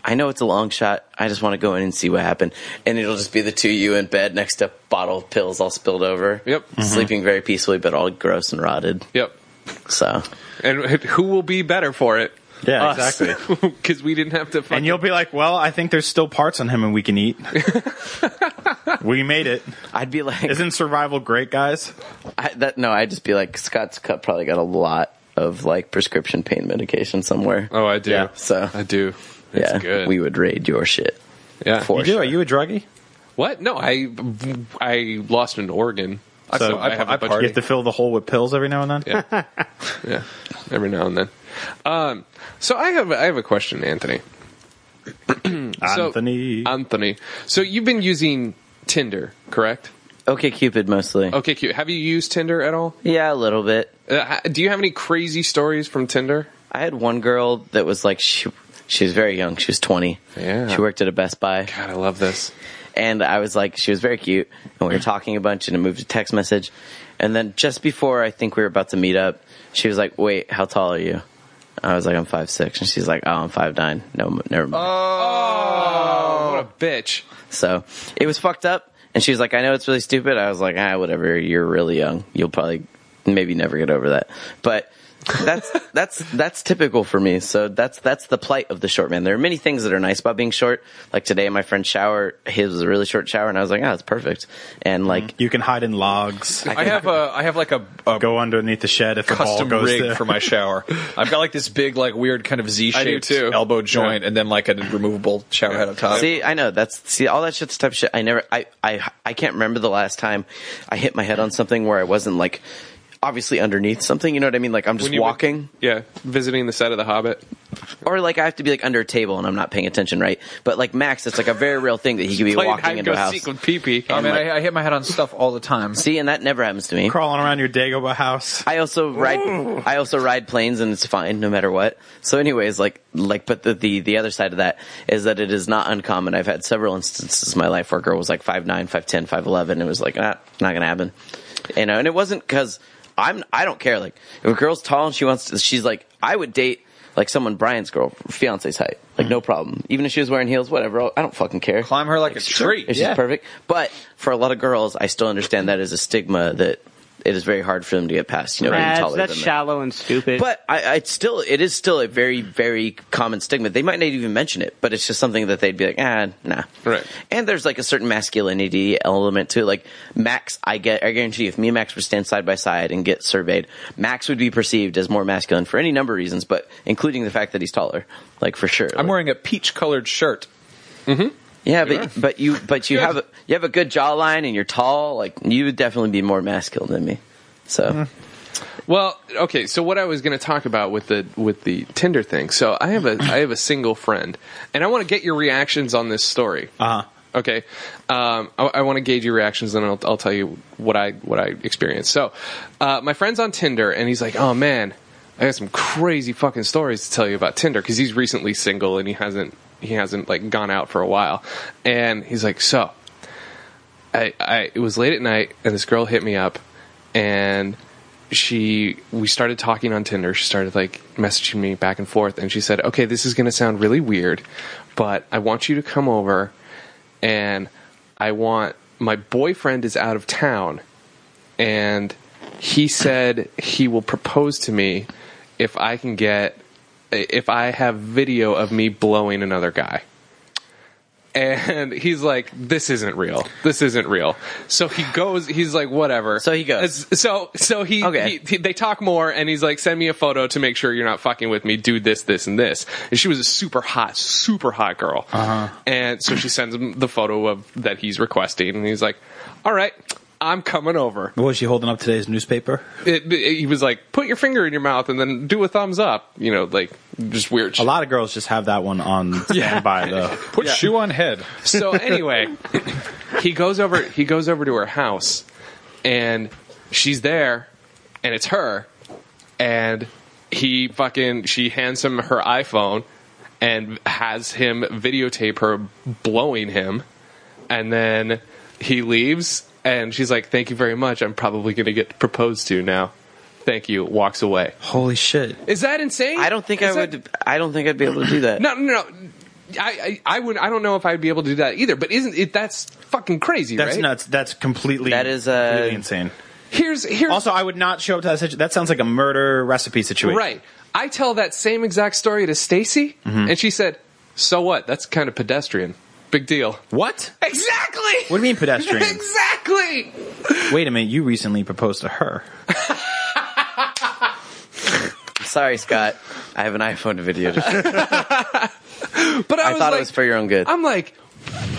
B: I know it's a long shot. I just want to go in and see what happened. And it'll just be the two of you in bed next to bottle of pills all spilled over. Mm-hmm.
C: Yep. Mhm.
B: Sleeping very peacefully, but all gross and rotted.
C: Yep.
B: So
C: And who will be better for it?
G: Yeah, exactly.
C: [LAUGHS] Because we didn't have to. Fucking,
G: And you'll be like, well, I think there's still parts on him and we can eat. we made it.
B: I'd be like,
G: Isn't survival great, guys?
B: I, that, no, I'd just be like, Scott's cut probably got a lot of like prescription pain medication somewhere.
C: Oh, I do.
G: Yeah.
B: So
C: I do. It's
B: yeah,
C: good.
B: we would raid your shit.
C: yeah.
B: for
G: You do?
B: sure.
G: Are you a druggie?
C: What? No, I I lost an organ. I still- I, have a bunch
G: You have to fill the hole with pills every now and then?
C: yeah, every now and then. Um, so I have I have a question, Anthony. So-
G: Anthony.
C: Anthony, so you've been using Tinder, correct?
B: Okay, Cupid mostly.
C: Okay, cute. Have you used Tinder at all?
B: Yeah, a little bit.
C: Uh, ha- do you have any crazy stories from Tinder?
B: I had one girl that was like she she was very young. She was twenty.
C: Yeah.
B: She worked at a Best Buy,
C: God, I love this.
B: and I was like, she was very cute, and we were talking a bunch, and it moved to text message, and then just before I think we were about to meet up, she was like, "Wait, how tall are you?" I was like, "I'm five six. and she's like, "Oh, I'm five nine. No, never mind.
C: What a bitch.
B: So it was fucked up, and she was like, "I know it's really stupid." I was like, "Ah, whatever. You're really young. You'll probably maybe never get over that." But that's [LAUGHS] that's that's typical for me. So that's that's the plight of the short man. There are many things that are nice about being short. Like today, my friend shower. His was a really short shower, and I was like, "Ah, it's perfect." And like.
G: you can hide in logs.
F: I have a. I have like a, a
G: Go underneath the shed if the ball
F: custom
G: goes
F: rig
G: there.
F: for my shower. I've got like this big, like weird kind of
C: do
F: Z-shaped
C: too.
F: elbow joint, and then like a removable shower head up
C: Mm-hmm.
F: top.
B: See, I know that's see all that shit's the type of shit. I never, I, I, I can't remember the last time I hit my head on something where I wasn't like obviously underneath something. You know what I mean? Like I'm just
C: When you were-
B: walking.
C: Yeah, visiting the set of The Hobbit.
B: or like I have to be like under a table and I'm not paying attention, right? But like Max, it's like a very real thing that he could be
C: Playing
B: walking
C: hide
B: into a
C: go
B: house.
C: seek with Pee-Pee.
F: I mean, Oh, I, I hit my head on stuff all the time.
B: See, and that never happens to me.
G: Crawling around your Dagobah house.
B: I also ride. I also ride planes, and it's fine no matter what. So, anyways, like, like, but the, the the other side of that is that it is not uncommon. I've had several instances in my life where a girl was like five nine, five ten, five eleven. It was like not not gonna happen, you know. And it wasn't because I'm. I don't care. Like, if a girl's tall and she wants to, she's like, I would date like someone Brian's girl, fiance's height. Like, no problem. Even if she was wearing heels, whatever. I don't fucking care.
F: Climb her like a
B: Sure.
F: tree.
B: If she's perfect. But for a lot of girls, I still understand that is a stigma that it is very hard for them to get past. You know, being
D: That's,
B: taller
D: that's
B: than them.
D: shallow and stupid.
B: But I, I it's still, it is still a very, very common stigma. They might not even mention it, but it's just something that they'd be like, ah, nah.
C: Right.
B: And there's like a certain masculinity element to it. Like Max, I get, I guarantee you, if me and Max were to stand side by side and get surveyed, Max would be perceived as more masculine for any number of reasons, but including the fact that he's taller. Like for sure.
F: I'm
B: Like,
F: wearing a peach-colored shirt.
B: yeah, but but you but you have a, you have a good jawline and you're tall. Like you would definitely be more masculine than me. So
C: Well, okay. So what I was going to talk about with the with the Tinder thing. So I have a I have a single friend, and I want to get your reactions on this story.
G: Uh-huh.
C: Okay, um, I, I want to gauge your reactions, and I'll, I'll tell you what I what I experienced. So, uh, my friend's on Tinder, and he's like, "Oh man, I got some crazy fucking stories to tell you about Tinder," because he's recently single and he hasn't he hasn't like gone out for a while, and he's like, "So, I, I it was late at night and this girl hit me up and she we started talking on Tinder. She started like messaging me back and forth and she said, "Okay, this is going to sound really weird, but I want you to come over and I want my boyfriend is out of town and he said he will propose to me if I can get if I have video of me blowing another guy." and [LAUGHS] he's like, "This isn't real. This isn't real." So he goes. He's like, "Whatever."
B: So he goes.
C: It's- So so he,
B: Okay.
C: he, he- they talk more, and he's like, "Send me a photo to make sure you're not fucking with me. Do this, this, and this." And she was a super hot, super hot girl. Uh-huh. And so she sends him the photo of that he's requesting, and he's like, "All right." I'm coming over.
G: What was she holding up today's newspaper?
C: It, it- he was like, "Put your finger in your mouth and then do a thumbs up." You know, like just weird.
G: A
C: shit.
G: lot of girls just have that one
F: [LAUGHS]
G: on standby, though.
F: Put shoe on head.
G: [LAUGHS]
C: So anyway, he goes over. He goes over to her house, and she's there, and it's her, and he fucking she hands him her iPhone and has him videotape her blowing him, and then he leaves, and she's like, "Thank you very much. I'm probably gonna get proposed to now." Thank you. Walks away.
G: Holy shit.
C: Is that insane?
B: I don't think
C: Is
B: I
C: that-
B: would. I don't think I'd be able to do that.
C: no, no, no. I, I, I would. I don't know if I'd be able to do that either. But isn't it? That's fucking crazy,
G: That's
C: right?
G: nuts. That's completely
B: That is, uh,
G: completely insane.
C: Here's here's
G: Also, I would not show up to that situation. That sounds like a murder recipe situation.
C: right. I tell that same exact story to Stacy, and she said, "So what? That's kind of pedestrian. Big deal."
G: What?
C: Exactly.
G: What do you mean pedestrian?
C: Exactly.
G: Wait a minute. You recently proposed to her.
B: Sorry, Scott. I have an iPhone video. To show.
C: But I,
B: I
C: was
B: thought
C: like,
B: it was for your own good.
C: I'm like,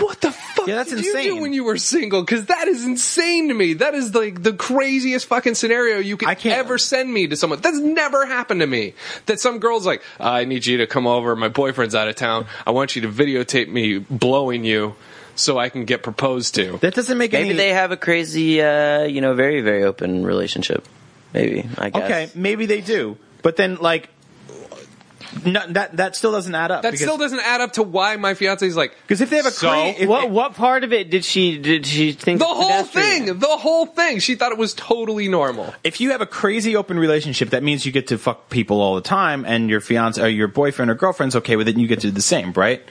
C: what the fuck
G: Yeah, that's
C: did you
G: insane.
C: do when you were single? Because that is insane to me. That is like the craziest fucking scenario you could
G: I can't-
C: ever send me to someone. That's never happened to me. That some girl's like, I need you to come over. My boyfriend's out of town. I want you to videotape me blowing you so I can get proposed to.
G: That doesn't make
B: Maybe
G: any.
B: they have a crazy, uh, you know, very very open relationship. Maybe I guess.
G: okay, maybe they do, but then like, no, that that still doesn't add up.
C: That
G: because,
C: still doesn't add up to why my fiance's like,
G: because if they have a
C: So?
G: cra- if-
D: What what part of it did she did she think
C: the
D: was
C: whole
D: pedestrian?
C: thing, the whole thing. She thought it was totally normal.
G: if you have a crazy open relationship, that means you get to fuck people all the time, and your fiance or your boyfriend or girlfriend's okay with it, and you get to do the same, right?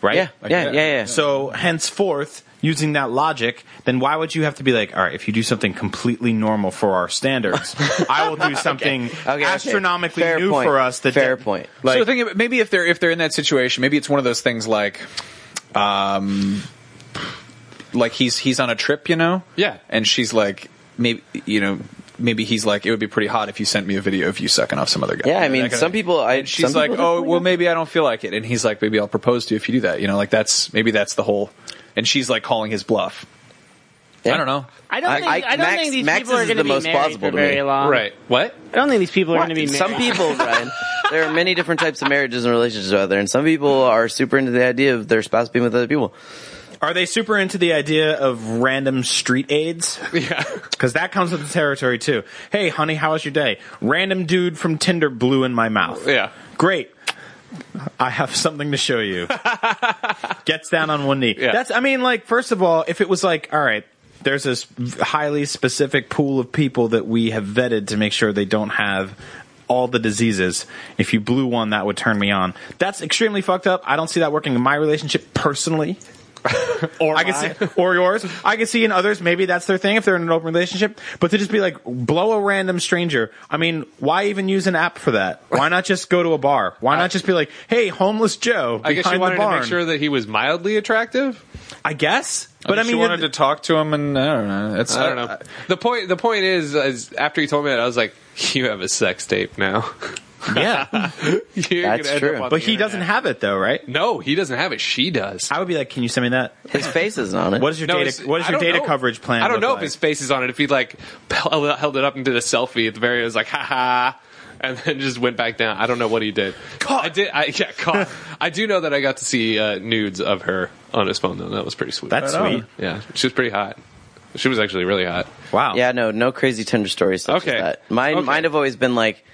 G: Right?
B: Yeah, yeah, yeah, yeah.
G: So henceforth, using that logic, then why would you have to be like, all right, if you do something completely normal for our standards, I will do
B: [LAUGHS]
G: something
B: Okay, okay.
G: astronomically
B: Fair
G: new
B: point.
G: for us. That
B: Fair point.
G: Like,
F: so the thing, maybe if they're if they're in that situation, maybe it's one of those things like, um, like he's he's on a trip, you know,
C: Yeah.
F: and she's like, maybe you know, maybe he's like, it would be pretty hot if you sent me a video of you sucking off some other guy.
B: Yeah, I
F: And
B: mean,
F: that kinda-
B: some people. I,
F: and she's
B: some
F: like,
B: people
F: oh,
B: definitely
F: well, maybe I don't feel like it, and he's like, maybe I'll propose to you if you do that, you know, like that's maybe that's the whole, and she's like calling his bluff.
B: Yeah.
F: I don't know.
D: I don't
B: I-
D: think
B: I-
D: I don't
B: Max-
D: think these
B: Max's
D: people are
B: is
D: going
B: the
D: to be
B: most
D: married
B: plausible
D: for
B: to me.
D: very long.
C: Right. What?
D: I don't think these people are going to be married.
B: Some people, Ryan. There are many different types of marriages and relationships out there, and some people are super into the idea of their spouse being with other people.
G: Are they super into the idea of random street aids?
C: [LAUGHS] Yeah.
G: Because that comes with the territory too. Hey, honey, how was your day? Random dude from Tinder blew in my mouth.
C: Yeah.
G: Great. I have something to show you. [LAUGHS] Gets down on one knee.
C: Yeah.
G: That's, I mean, like, first of all, if it was like, all right, there's this highly specific pool of people that we have vetted to make sure they don't have all the diseases. If you blew one, that would turn me on. That's extremely fucked up. I don't see that working in my relationship
C: [LAUGHS]
G: personally. or I can see, or yours. I can see in others maybe that's their thing if they're in an open relationship. But to just be like blow a random stranger. I mean, why even use an app for that? Why not just go to a bar? Why not just be like, hey, homeless Joe
C: I guess
G: behind
C: she
G: the
C: wanted to
G: barn?
C: make sure that he was mildly attractive.
G: I guess,
C: Oh,
G: but I mean,
F: she wanted
G: the-
F: to talk to him, and I don't know. It's,
C: I don't know. The point the point is, is after he told me that I was like, you have a sex tape now. [LAUGHS]
G: [LAUGHS] yeah,
C: You're gonna
B: That's
C: end
B: true.
C: up on
G: but
C: the
G: he
C: internet.
G: doesn't have it though, right?
C: No, he doesn't have it. She does.
G: I would be like, can you send me that?
B: His face isn't on it.
G: What is your
C: No, it's-
G: data? What is
C: I
G: your
C: don't
G: data
C: know.
G: coverage plan?
C: I don't
G: look
C: know
G: like?
C: if his face is on it. If he like [LAUGHS] held held it up and did a selfie at the very, end, it was like ha ha, and then [LAUGHS] just went back down. I don't know what he did. Caught. I did. I, [LAUGHS] yeah, caught. I do know that I got to see uh, nudes of her on his phone though. That was pretty sweet.
G: That's
F: Right
G: sweet.
F: on.
C: yeah. She was pretty hot. She was actually really hot.
G: Wow.
B: Yeah, no, no crazy Tinder stories. Such
C: Okay.
B: As that. Mine,
C: Okay.
B: mine have always been like,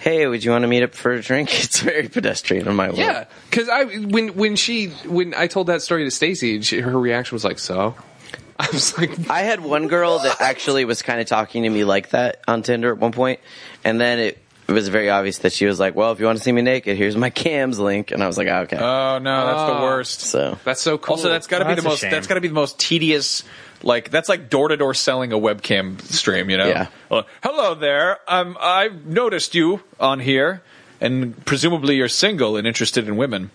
B: "Hey, would you want to meet up for a drink?" [LAUGHS] It's very pedestrian in my world.
C: Yeah, because I when when she when I told that story to Stacy, she- her reaction was like, "So." [LAUGHS] I was like,
B: I had one girl that actually was kind of talking to me like that on Tinder at one point, and then it, it was very obvious that she was like, "Well, if you want to see me naked, here's my cams link," and I was like, oh, "Okay."
F: Oh no, that's
C: Oh.
F: the worst.
B: so
C: "That's so cool."
F: Also, that's got to
G: Oh,
F: be the
G: that's a
F: most.
G: shame.
F: That's got to be the most tedious. Like that's like door to door selling a webcam stream. You know.
B: Yeah.
F: Uh, Hello there. Um, I've noticed you on here, and presumably you're single and interested in women.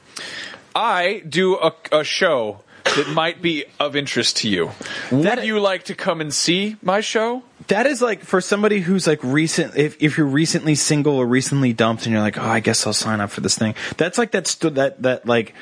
F: I do a, a show that might be of interest to you. Would
G: That-
F: you like to come and see my show?
G: That is like for somebody who's like recent. If if you're recently single or recently dumped, and you're like, oh, I guess I'll sign up for this thing. That's like that stu- that that like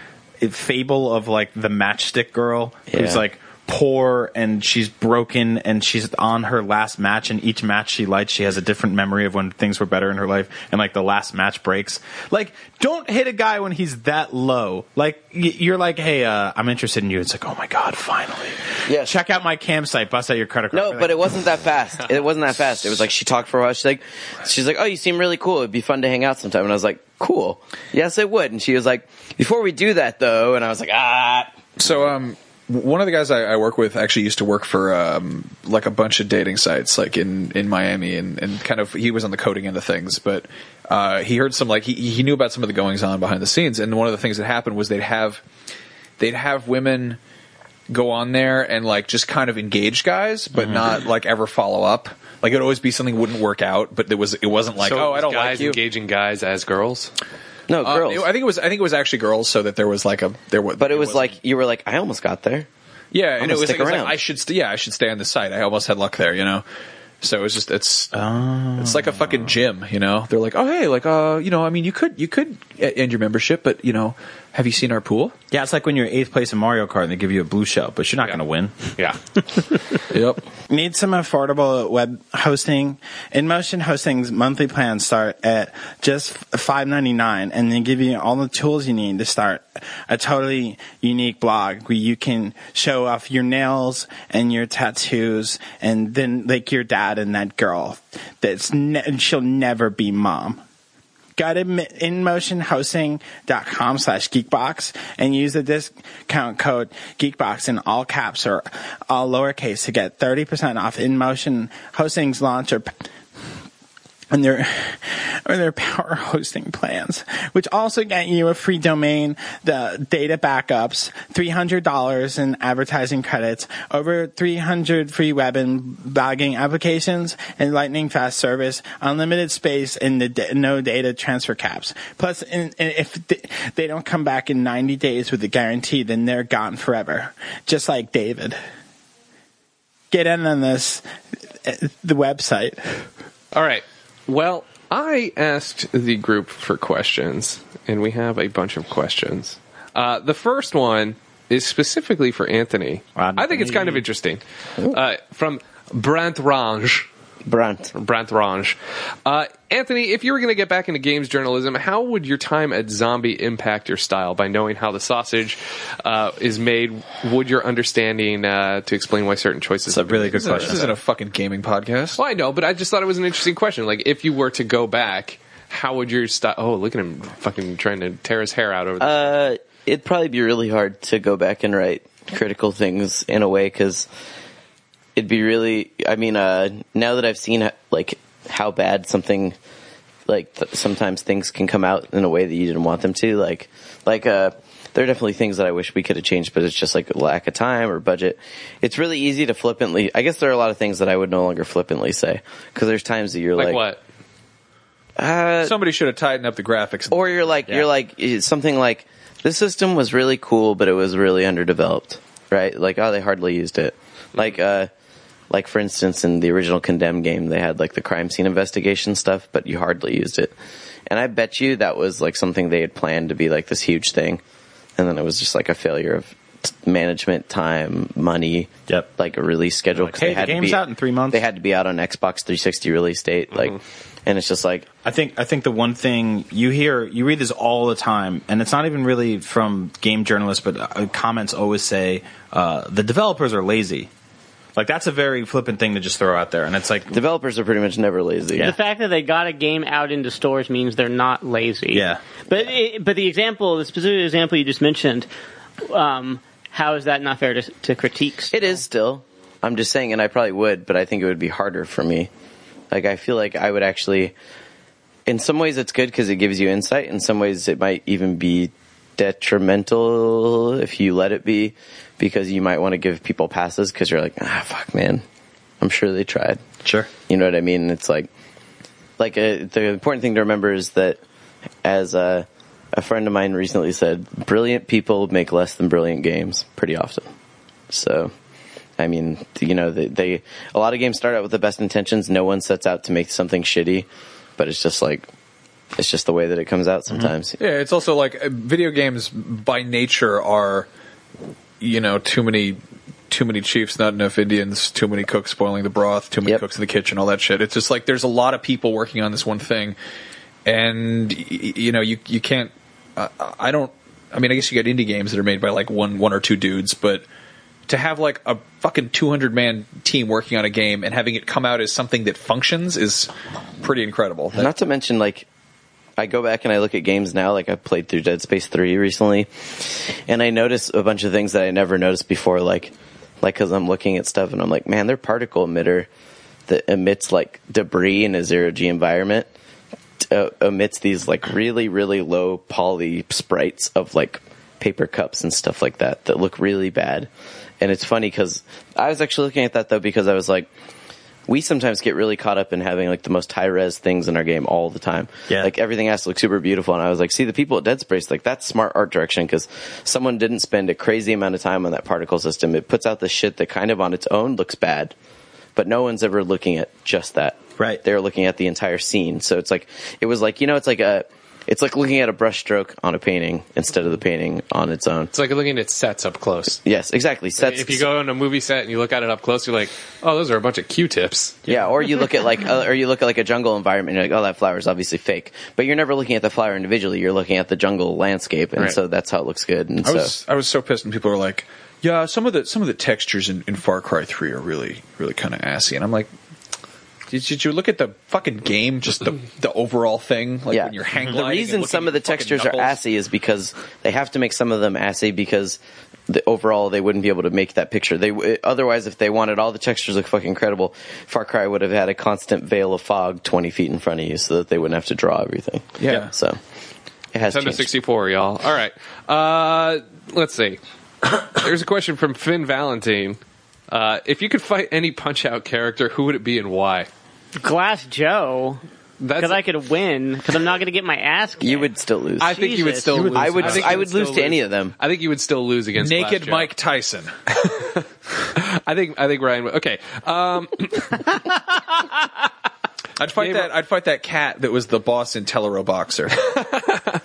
G: fable of like the matchstick girl
B: Yeah.
G: who's like poor and she's broken and she's on her last match and each match she lights she has a different memory of when things were better in her life and like the last match breaks like don't hit a guy when he's that low like y- you're like hey uh, i'm interested in you it's like oh my god finally
B: Yes.
G: check out my campsite bust out your credit card
B: No,
G: Like,
B: but it wasn't that fast. It wasn't that fast. It was like she talked for a while. She's like, she's like, oh, you seem really cool. It'd be fun to hang out sometime. And I was like, cool. Yes, it would. And she was like, before we do that though, and I was like, ah,
F: So, um, w- one of the guys I, I work with actually used to work for um, like a bunch of dating sites, like in in Miami, and and kind of he was on the coding end of things, but uh, he heard some like he he knew about some of the goings on behind the scenes, and one of the things that happened was they'd have they'd have women go on there and like just kind of engage guys,
B: Mm-hmm.
F: but not like ever follow up. Like it'd always be something wouldn't work out, but there was it wasn't like
C: So it
F: oh
C: was
F: I don't
C: guys
F: like you.
C: engaging guys as girls.
B: no,
F: Uh,
B: girls.
F: it- I think it was I think it was actually girls, so that there was like a there was
B: but it was
F: wasn't-
B: like you were like, I almost got there.
F: Yeah, and
B: gonna
F: it was,
B: stick
F: like, it was like,
B: around.
F: I should, st- yeah, I should stay on the site. I almost had luck there, you know. So it's just it's
B: Oh.
F: it's like a fucking gym, you know. They're like, oh hey, like uh, you know, I mean, you could you could e- end your membership, but you know, have you seen our pool?
G: yeah it's like when you're eighth place in mario kart and they give you a blue shell but you're not going to win
C: Yeah.
F: Yep.
G: Need some affordable web hosting? InMotion Hosting's monthly plans start at just $5.99 and they give you all the tools you need to start a totally unique blog where you can show off your nails and your tattoos and then like your dad and that girl that's ne- she'll never be mom go to mi- inmotionhosting.com slash geekbox and use the discount code geekbox in all caps or all lowercase to get 30% off inmotion hosting's launch or p- and their or their power [LAUGHS] hosting plans, which also get you a free domain, the data backups, three hundred dollars in advertising credits, over three hundred free web and blogging applications, and lightning fast service, unlimited space, and the da- no data transfer caps. Plus, in, in- if th- they don't come back in ninety days with a guarantee, then they're gone forever, just like David. Get in on this, uh, the website.
C: All right. Well, I asked the group for questions, and we have a bunch of questions. Uh, the first one is specifically for Anthony. I think it's kind of interesting. Uh, from Brant Range.
B: Brunt.
C: Brant Range. Uh, Anthony, if you were going to get back into games journalism, how would your time at Zombie impact your style? By knowing how the sausage uh, is made, would your understanding uh, to explain why certain choices
G: It's a really good
F: This
G: question.
F: isn't a fucking gaming podcast.
C: well, I know, but I just thought it was an interesting question. Like, if you were to go back, how would your style? Oh, look at him fucking trying to tear his hair out over there.
B: Uh, it'd probably be really hard to go back and write critical things in a way because it'd be really. I mean, uh, now that I've seen like how bad something, like th- sometimes things can come out in a way that you didn't want them to. Like, like uh, there are definitely things that I wish we could have changed, but it's just like lack of time or budget. It's really easy to flippantly. I guess there are a lot of things that I would no longer flippantly say because there's times that you're
C: like,
B: like,
C: what?
B: Uh,
F: Somebody should have tightened up the graphics.
B: or you're like you're like it's something like this system was really cool but it was really underdeveloped right like oh they hardly used it
G: Mm-hmm.
B: like uh like for instance in the original condemned game they had like the crime scene investigation stuff but you hardly used it and i bet you that was like something they had planned to be like this huge thing and then it was just like a failure of t- management time money
G: Yep.
B: like a release schedule because
G: Hey,
B: they
G: the
B: had
G: game's
B: to be
G: out in three months. Mm-hmm.
B: they had to be out on xbox 360 release date like and it's just like
G: I think I think the one thing you hear, you read this all the time, and it's not even really from game journalists, but uh, comments always say uh, the developers are lazy. Like that's a very flippant thing to just throw out there, and it's like,
B: developers are pretty much never lazy
G: Yeah.
D: The fact that they got a game out into stores means they're not lazy.
G: Yeah.
D: But it, but the example, the specific example you just mentioned, um, how is that not fair to, to critiques?
B: It is still. I'm just saying, and I probably would, but I think it would be harder for me. Like, I feel like I would actually. In some ways, it's good because it gives you insight. In some ways, it might even be detrimental if you let it be, because you might want to give people passes because you're like, ah, fuck, man. I'm sure they tried.
G: sure,
B: You know what I mean? It's like, like uh the important thing to remember is that, as uh, a friend of mine recently said, brilliant people make less than brilliant games pretty often. So, I mean, you know, they, they a lot of games start out with the best intentions. No one sets out to make something shitty, but it's just like, it's just the way that it comes out sometimes.
F: Yeah, it's also like uh, video games by nature are, you know, too many too many chiefs, not enough Indians, too many cooks spoiling the broth, too many
B: Yep.
F: cooks in the kitchen, all that shit. It's just like there's a lot of people working on this one thing, and y- y- you know you you can't. I I don't. I mean, I guess you got indie games that are made by like one one or two dudes, but to have like a fucking 200 man team working on a game and having it come out as something that functions is pretty incredible. That-
B: Not to mention, like, I go back and I look at games now. Like, I played through Dead Space Three recently, and I notice a bunch of things that I never noticed before. Like, like because I'm looking at stuff and I'm like, man, their particle emitter that emits like debris in a zero g environment uh, emits these like really really low poly sprites of like paper cups and stuff like that that look really bad. And it's funny because I was actually looking at that though because I was like, we sometimes get really caught up in having like the most high res things in our game all the time.
G: Yeah.
B: Like everything has to look super beautiful. And I was like, see the people at Dead Space, like that's smart art direction because someone didn't spend a crazy amount of time on that particle system. It puts out the shit that kind of on its own looks bad, but no one's ever looking at just that.
G: Right.
B: They're looking at the entire scene. So it's like, it was like, you know, it's like a, it's like looking at a brushstroke on a painting instead of the painting on its own.
C: It's like looking at sets up close.
B: Yes, exactly. Sets,
C: if you go on a movie set and you look at it up close, you're like, oh, those are a bunch of Q-tips.
B: Yeah, or you look at like, uh, or you look at like a jungle environment, and you're like, oh, that flower is obviously fake. But you're never looking at the flower individually. You're looking at the jungle landscape, and
C: Right.
B: so that's how it looks good. And
F: I
B: so,
F: was I was so pissed when people were like, "Yeah, some of the some of the textures in, in Far Cry Three are really really kind of assy," and I'm like. Did, did you look at the fucking game? Just the the overall thing, like
B: yeah,
F: when you're hang
B: the
F: gliding and
B: reason
F: looking
B: some
F: at
B: of the
F: your fucking
B: textures are
F: knuckles.
B: assy is because they have to make some of them assy because the, overall they wouldn't be able to make that picture. They w- otherwise, if they wanted all the textures to look fucking incredible, Far Cry would have had a constant veil of fog twenty feet in front of you, so that they wouldn't have to draw everything.
F: Yeah.
B: so it has
C: Nintendo
B: changed.
C: 64, y'all. All right. Uh, let's see. [COUGHS] There's a question from Finn Valentine. Uh, if you could fight any Punch Out character, who would it be and why?
D: Glass Joe,
C: That's
D: because I could win, because I'm not going to get my ass kicked.
B: You would still lose.
C: I think you would
D: Jesus.
C: still
D: You would-
C: lose.
B: I would. I would,
C: think you
B: lose
C: still
B: to any of them.
C: I think you would still lose against Glass
F: Naked
C: Joe.
F: Mike Tyson.
C: I think I think Ryan. would- Okay, um,
F: I'd fight that. I'd fight that cat that was the boss in Tellero
B: [LAUGHS]
F: Boxer.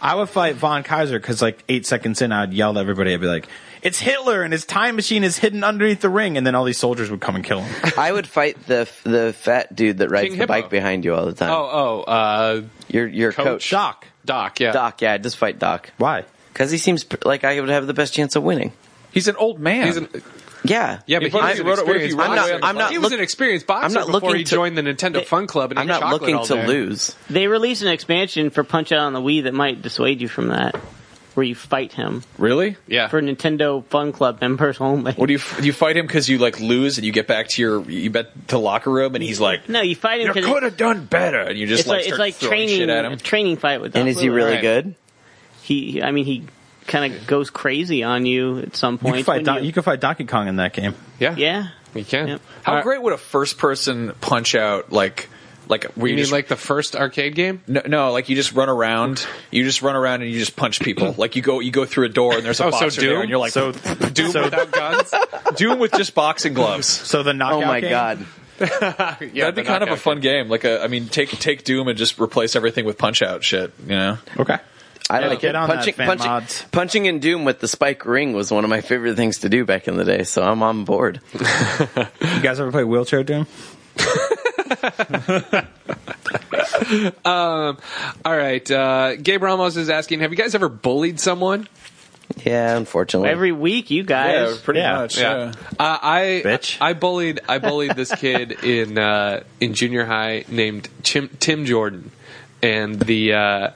G: I would fight Von Kaiser because, like, eight seconds in, I'd yell at everybody. I'd be like, "It's Hitler, and his time machine is hidden underneath the ring." And then all these soldiers would come and kill him.
B: [LAUGHS] I would fight the the fat dude that rides
C: King
B: the
C: Hippo.
B: bike behind you all the time.
C: oh oh, uh,
B: your your coach,
G: Shock.
C: Doc, yeah,
B: Doc. Yeah, I'd just fight Doc
G: Why?
B: because he seems pr- like I would have the best chance of winning.
F: He's an old man.
C: He's an,
B: Yeah,
C: yeah, but he was
B: I'm,
C: an experienced
B: I'm
C: boxer.
B: not. I'm not
C: he was
B: look-
C: an experienced boxer
B: I'm not
C: before
B: looking
C: he
B: to-
C: joined the Nintendo Fun Club. And
B: I'm
C: ate
B: not
C: chocolate
B: looking
C: all
B: to
C: day.
B: lose.
D: They released an expansion for Punch Out on the Wii that might dissuade you from that, where you fight him
F: really?
C: Yeah,
D: for Nintendo Fun Club members only.
F: What do you do? You fight him because you like lose and you get back to your you bet to locker room and he's like,
D: No, you fight him
F: "You
D: because
F: could have done better," and you just
D: it's like,
F: like,
D: it's
F: start
D: like
F: throwing shit
D: training
F: at him.
D: a training fight with.
B: And is he really
C: Right.
B: good?
D: He, I mean, he kind of goes crazy on you at some
G: You
D: point.
G: could fight.
D: wouldn't
G: Don- you could fight Donkey Kong in that game.
C: yeah,
D: yeah.
C: You can.
D: Yep.
F: How
C: All right.
F: great would a first person punch out like like where
C: You
F: you
C: mean
F: just,
C: like the first arcade game?
F: no, no like you just run around you just run around and you just
C: [CLEARS THROAT]
F: punch people like you go you go through a door and there's a
C: Oh, so
F: boxer there
C: Doom?
F: and you're like
G: So,
C: Doom
G: so,
C: without guns.
F: [LAUGHS] Doom with just boxing gloves.
G: so the knockout.
B: oh my
G: game?
B: god!
C: yeah,
F: That'd be kind of a fun game. Like a, I mean, take take Doom and just replace everything with punch out shit. You know,
G: Okay.
B: I
G: Yeah,
B: like
G: get
B: it.
G: on that,
B: punching,
G: fan
B: punching,
G: mods.
B: punching in Doom with the spike ring was one of my favorite things to do back in the day. So I'm on board.
G: You guys ever play Wheelchair Doom?
C: All right, uh, Gabe Ramos is asking: Have you guys ever bullied someone?
B: Yeah, unfortunately.
D: Every week, you guys.
F: pretty
G: Yeah.
F: much.
C: Yeah. Uh, I
G: Bitch.
C: I bullied I bullied this
G: [LAUGHS]
C: kid in uh, in junior high named Tim, Tim Jordan, and the uh,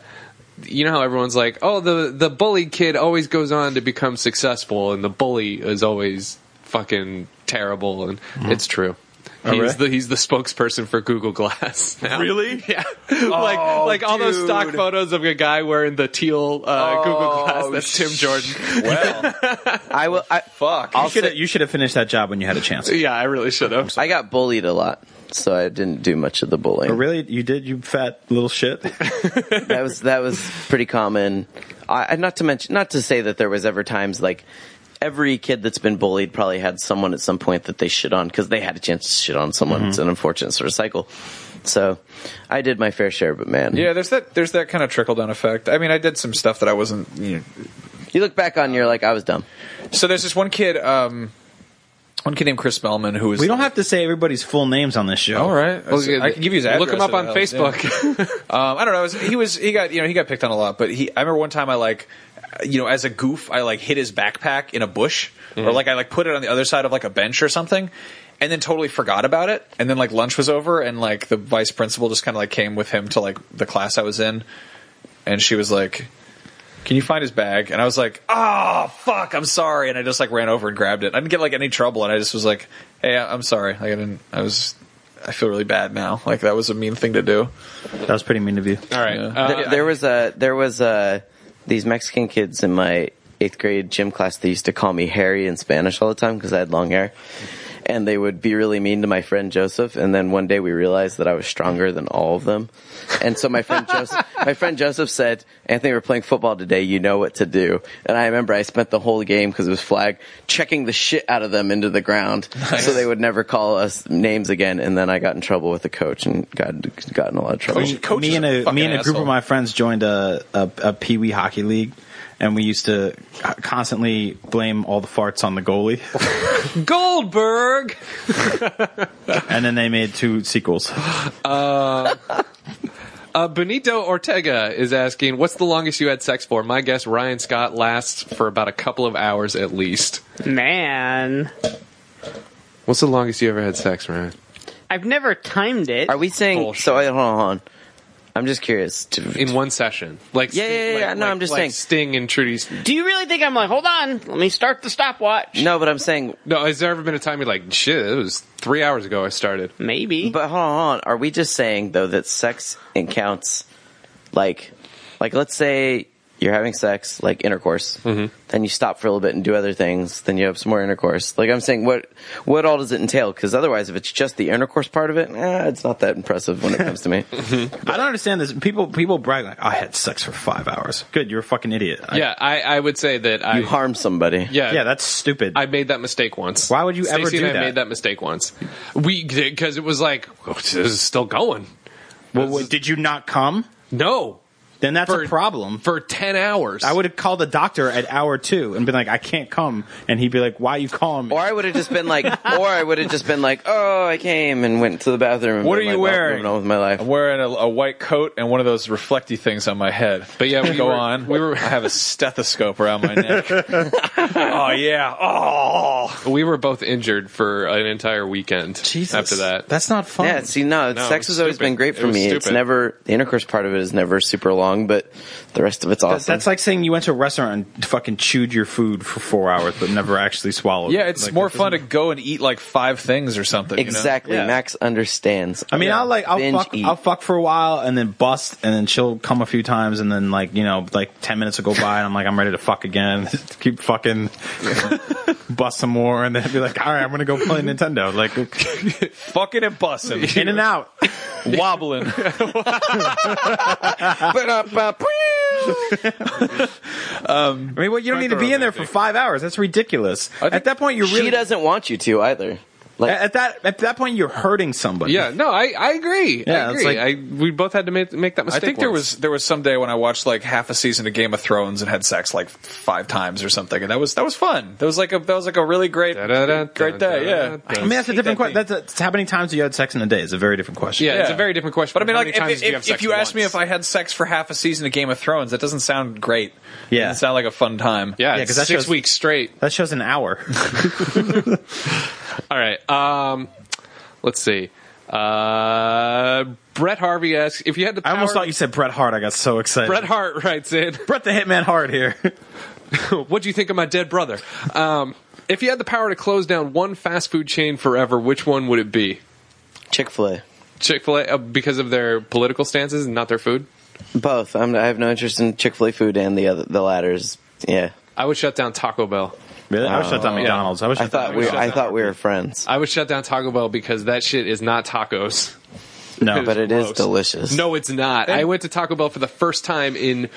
C: you know how everyone's like, oh the the bullied kid always goes on to become successful, and the bully is always fucking terrible, and it's true. He's
G: Mm-hmm. Oh, really?
C: the he's the spokesperson for Google Glass. [LAUGHS] Now.
G: Really? [LAUGHS] Oh,
C: Yeah. like like all those stock photos of a guy wearing the teal uh,
G: Oh,
C: Google Glass. That's Tim
G: [LAUGHS]
C: Jordan.
F: Well,
B: I will. I,
F: fuck.
G: You should. You should have finished that job when you had a chance.
C: yeah, I really should have.
B: I got bullied a lot, so I didn't do much of the
C: Oh,
B: bullying.
G: Really, you did, you fat little shit.
B: that was that was pretty common. I, and not to mention, not to say that there was ever times like every kid that's been bullied probably had someone at some point that they shit on because they had a chance to shit on someone. It's an unfortunate sort of cycle. So I did my fair share, but man,
F: Yeah, there's that there's that kind of trickle down effect. I mean, I did some stuff that I wasn't. You know.
B: you look back on, you're like, I was dumb.
F: So there's this one kid. Um, one kid named Chris Spellman who was
G: We don't have to say everybody's full names on this show.
F: All right, I can give you his address.
C: Look him up on
F: if that helps, yeah.
C: Facebook.
F: [LAUGHS] Um, I don't know. It was, he was he got you know he got picked on a lot, but he I remember one time I like you know as a goof I like hid his backpack in a bush or like I like put it on the other side of like a bench or something. And then totally forgot about it. And then like lunch was over, and like the vice principal just kind of like came with him to like the class I was in, and she was like, "Can you find his bag?" And I was like, "Oh fuck, I'm sorry." And I just like ran over and grabbed it. I didn't get like any trouble, and I just was like, "Hey, I- I'm sorry. Like I didn't. I was. I feel really bad now. Like that was a mean thing to do."
G: That was pretty mean of you.
C: All right.
F: Yeah.
C: Uh,
B: there, there was a there was a these Mexican kids in my eighth grade gym class. They used to call me Harry in Spanish all the time because I had long hair, and they would be really mean to my friend Joseph. And then one day we realized that I was stronger than all of them, and so my friend Joseph, my friend Joseph said, "Anthony, we're playing football today. You know what to do." And I remember I spent the whole game because it was flag checking the shit out of them into the ground, so they would never call us names again. And then I got in trouble with the coach and got got in a lot of trouble.
F: Coach is
G: me and
F: a
G: a
F: fucking
G: me and a group
F: asshole.
G: of my friends joined a, a, a pee wee hockey league, and we used to constantly blame all the farts on the
F: [LAUGHS]
G: goalie.
C: Goldberg.
G: and then they made two
F: [GASPS]
G: sequels.
C: Uh, Benito Ortega is asking, "What's the longest you had sex for?" My guess, Ryan Scott lasts for about a couple of hours at least.
D: Man,
C: What's the longest you ever had sex, Ryan?
D: I've never timed it.
B: Are we saying
C: Bullshit.
B: so? I, hold on, hold on. I'm just curious. To,
C: In one session, like
B: Yeah, yeah, yeah,
C: like-
B: yeah. No,
C: like-
B: I'm just
C: like
B: saying.
C: Sting and Trudy's.
D: Do you really think I'm like, hold on, let me start the stopwatch?
B: no, but I'm saying.
C: No, has there ever been a time you're like, "Shit, it was three hours ago I started."
D: Maybe.
B: But hold on, hold on. Are we just saying though that sex and counts, like, like let's say you're having sex, like intercourse,
F: Mm-hmm.
B: then you stop for a little bit and do other things, then you have some more intercourse. Like I'm saying, what what all does it entail? Because otherwise, if it's just the intercourse part of it, eh, it's not that impressive when it comes
F: [LAUGHS]
B: to me.
G: I don't understand this. People people brag like I had sex for five hours. Good, you're a fucking idiot. I-
C: yeah, I, I would say that I.
B: you harm somebody.
C: yeah,
G: yeah, that's stupid.
C: I made that mistake once.
G: Why would you ever
C: Stacey
G: do
C: and I
G: that?
C: made that mistake once. We because it was like "Oh, this is still going.
G: well, what- did you not come?
C: No,
G: Then that's
C: For-
G: a problem.
C: for ten hours.
G: I would have called the doctor at hour two and been like, I can't come, and he'd be like, Why you calling me?
B: Or I would have just been like, or I would have just been like, oh, I came and went to the bathroom. and
F: What are
B: been
F: you
B: like, well,
F: wearing?
B: Moving on with my life.
F: I'm wearing a, a white coat and one of those reflecty things on my head.
C: But yeah, we
F: go
C: were-
F: on.
C: we were-
F: I have a stethoscope around [LAUGHS] my neck. oh yeah. Oh.
C: we were both injured for an entire weekend after that.
F: that's not fun.
B: Yeah, see, no,
C: No,
B: sex
C: it was
B: has always
C: stupid.
B: been great
C: It
B: for
C: was
B: me. It's
C: stupid.
B: never the intercourse part of it is never super long, but the rest of it's awesome.
G: That's like saying you went to a restaurant and fucking chewed your food for four hours but never actually swallowed.
F: yeah,
G: it.
F: it's
G: Like,
F: more
G: it doesn't-
F: fun to go and eat like five things or something. you know?
B: exactly.
F: Yeah.
B: Max understands.
G: I mean, I'll like I'll
B: Binge
G: fuck
B: eat.
G: I'll fuck for a while and then bust and then she'll come a few times and then like you know like ten minutes will go by and I'm like I'm ready to fuck again. [LAUGHS] Keep fucking [LAUGHS] bust some more and then be like all right I'm gonna go play Nintendo
F: [LAUGHS]
G: like
F: Fucking and busting.
G: [LAUGHS] in and out.
F: [LAUGHS] wobbling.
G: I mean, well you don't need to be in there for five hours. That's ridiculous. At that point you're
B: she
G: really
B: doesn't want you to either. Like,
G: at that at that point you're hurting somebody.
C: Yeah, no, I, I agree.
G: Yeah,
C: I
G: it's
C: agree.
G: like-
C: I, we both had to make make that
F: I
C: mistake.
F: think there
C: once.
F: was there was some day when I watched like half a season of Game of Thrones and had sex like five times or something, and that was that was fun. That was like a that was like a really great
C: Da-da-da,
F: great day. Yeah,
C: da-da-da.
G: I mean that's a different
F: Hate
G: question.
F: that
G: That's, a, it's how many times you had sex in a day is a very different question.
C: Yeah, it's a
F: Yeah.
C: very different question.
F: But I mean,
C: How
F: like,
C: many times
F: if,
C: did you
F: if,
C: have
F: if
C: sex
F: you asked me
C: once?
F: if I had sex for half a season of Game of Thrones, that doesn't sound great.
G: Yeah.
F: it doesn't sound like a fun time.
C: yeah,
G: Yeah, 'cause that
C: six
G: shows-
C: weeks straight.
G: That shows an hour.
C: All right. Um, let's see. Uh, Brett Harvey asks if you had the
G: I
C: power.
G: almost thought you said Bret Hart. I got so excited.
C: Bret Hart writes in.
G: Bret the Hitman Hart here. [LAUGHS]
C: what do you think of my dead brother? Um, if you had the power to close down one fast food chain forever, which one would it be?
B: Chick Fil A.
C: Chick Fil A, uh, because of their political stances and not their food.
B: Both. I'm, I have no interest in Chick Fil A food and the other the ladders. Yeah.
C: I would shut down Taco Bell.
G: Really? I wish
F: Oh.
G: I thought
C: yeah.
G: McDonald's. I wish
B: I thought we I thought we were friends.
C: I would shut down Taco Bell because that shit is not tacos.
G: [LAUGHS] no,
B: But it is delicious.
C: No, it's not. I went to Taco Bell for the first time in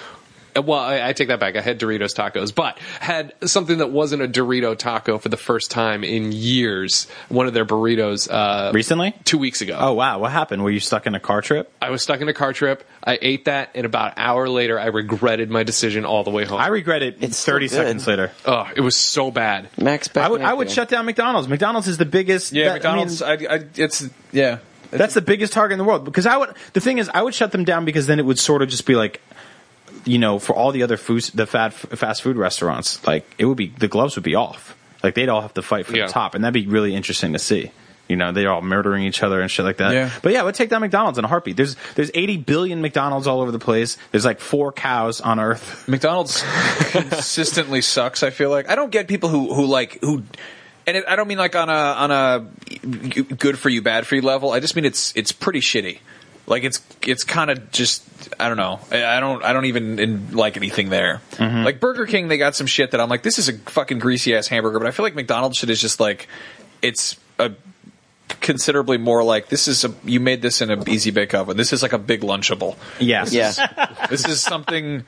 C: Uh, Well, I, I take that back. I had Doritos tacos, but had something that wasn't a Dorito taco for the first time in years. One of their burritos uh,
G: Recently?
C: two weeks ago.
G: Oh wow, what happened? Were you stuck in a car trip?
C: I was stuck in a car trip. I ate that, and about an hour later, I regretted my decision all the way home.
G: I regret it.
B: It's so
G: thirty
B: good.
G: seconds later.
C: Ugh, it was so bad.
B: Max back
G: I would I
B: out
G: would
B: there.
G: shut down McDonald's. McDonald's is the biggest.
F: Yeah,
G: that- I mean,
F: McDonald's. I, I, it's yeah.
G: That's the biggest target in the world because I would. The thing is, I would shut them down because then it would sort of just be like, you know, for all the other foods, the fat fast food restaurants, like it would be the gloves would be off. Like they'd all have to fight for
C: Yeah.
G: the top, and that'd be really interesting to see. You know, they're all murdering each other and shit like that.
F: Yeah.
G: But yeah, we'll take down McDonald's in a heartbeat. There's there's 80 billion McDonald's all over the place. There's like four cows on Earth. [LAUGHS]
F: McDonald's consistently sucks. I feel like I don't get people who who like who, and it, I don't mean like on a on a good for you bad for you level. I just mean it's it's pretty shitty. Like it's it's kind of just I don't know. I I don't I don't even in, like anything there. Like Burger King, they got some shit that I'm like, this is a fucking greasy ass hamburger. But I feel like McDonald's shit is just like it's a considerably more like this is a you made this in an easy bake oven. This is like a big lunchable
G: Yeah,
B: Yeah,
F: [LAUGHS] this is something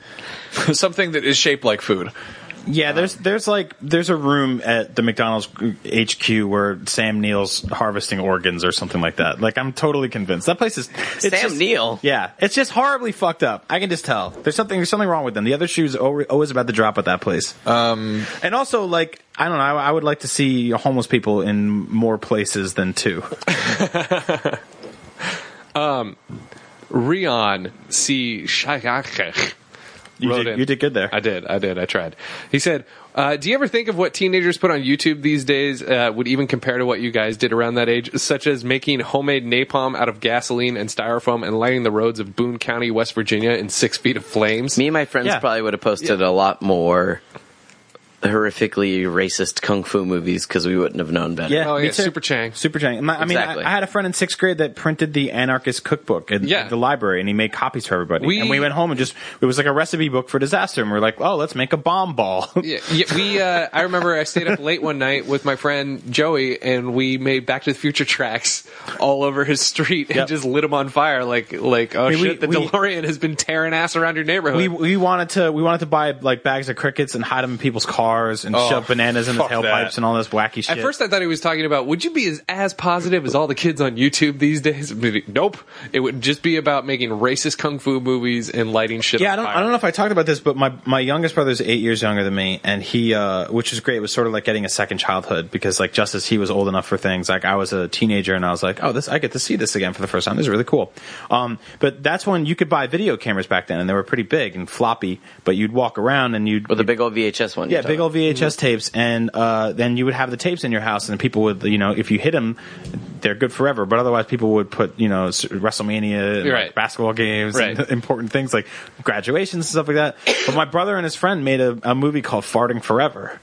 F: something that is shaped like food.
B: Uh,
G: Yeah, there's there's like there's a room at the McDonald's HQ where Sam Neill's harvesting organs or something like that. Like I'm totally convinced that place is it's
B: Sam
G: just-
B: Neill.
G: Yeah, it's just horribly fucked up. I can just tell. There's something there's something wrong with them. The other shoe's al- always about to drop at that place.
F: Um,
G: and also, like I don't know, I, I would like to see homeless people in more places than two.
C: Rion C. Shayakh
G: You
C: wrote
G: did-
C: in.
G: you did good there.
C: I did. I did. I tried. He said, uh, "Do you ever think of what teenagers put on YouTube these days uh, would even compare to what you guys did around that age, such as making homemade napalm out of gasoline and styrofoam and lighting the roads of Boone County, West Virginia, in six feet of flames?"
B: me and my friends
G: Yeah.
B: probably would have posted a lot more horrifically racist kung fu movies because we wouldn't have known better.
G: Yeah,
C: Oh,
G: me
C: yeah,
G: too.
C: Super Chang.
G: Super Chang. My, I mean,
B: Exactly.
G: I, I had a friend in sixth grade that printed the anarchist cookbook at
C: Yeah.
G: the library, and he made copies for everybody.
C: We-
G: and we went home and just it was like a recipe book for disaster, and we are like, oh, let's make a bomb ball. [LAUGHS]
C: Yeah, yeah, we. Uh, I remember I stayed up late one night with my friend Joey, and we made Back to the Future tracks all over his street and
G: Yep.
C: just lit him on fire. Like, like, oh
G: Hey, we-
C: shit, the
G: we-
C: DeLorean has been tearing ass around your neighborhood.
G: We, we wanted to we wanted to buy like bags of crickets and hide them in people's cars and shove bananas in the
F: fuck that.
G: tailpipes and all this wacky
C: Oh, At
G: shit.
C: first, I thought he was talking about would you be as, as positive as all the kids on YouTube these days? [LAUGHS] Maybe- Nope. It would just be about making racist kung fu movies and lighting shit.
G: yeah,
C: on
G: I don't,
C: fire.
G: I don't know if I talked about this, but my, my youngest brother's eight years younger than me, and he, uh, which is great, was sort of like getting a second childhood because, like, just as he was old enough for things, like, I was a teenager and I was like, oh, this, I get to see this again for the first time. This is really cool. Um, but that's when you could buy video cameras back then, and they were pretty big and floppy, but you'd walk around and you'd.
B: With a big old VHS one.
G: yeah,
B: you're
G: big
B: talking
G: old VHS
C: Mm-hmm.
G: tapes, and uh, then you would have the tapes in your house, and people would, you know, if you hit them, they're good forever. But otherwise, people would put, you know, s- WrestleMania, and, like,
C: Right.
G: basketball games,
C: Right.
G: and [LAUGHS] important things like graduations and stuff like that. But my brother and his friend made a, a movie called Farting Forever.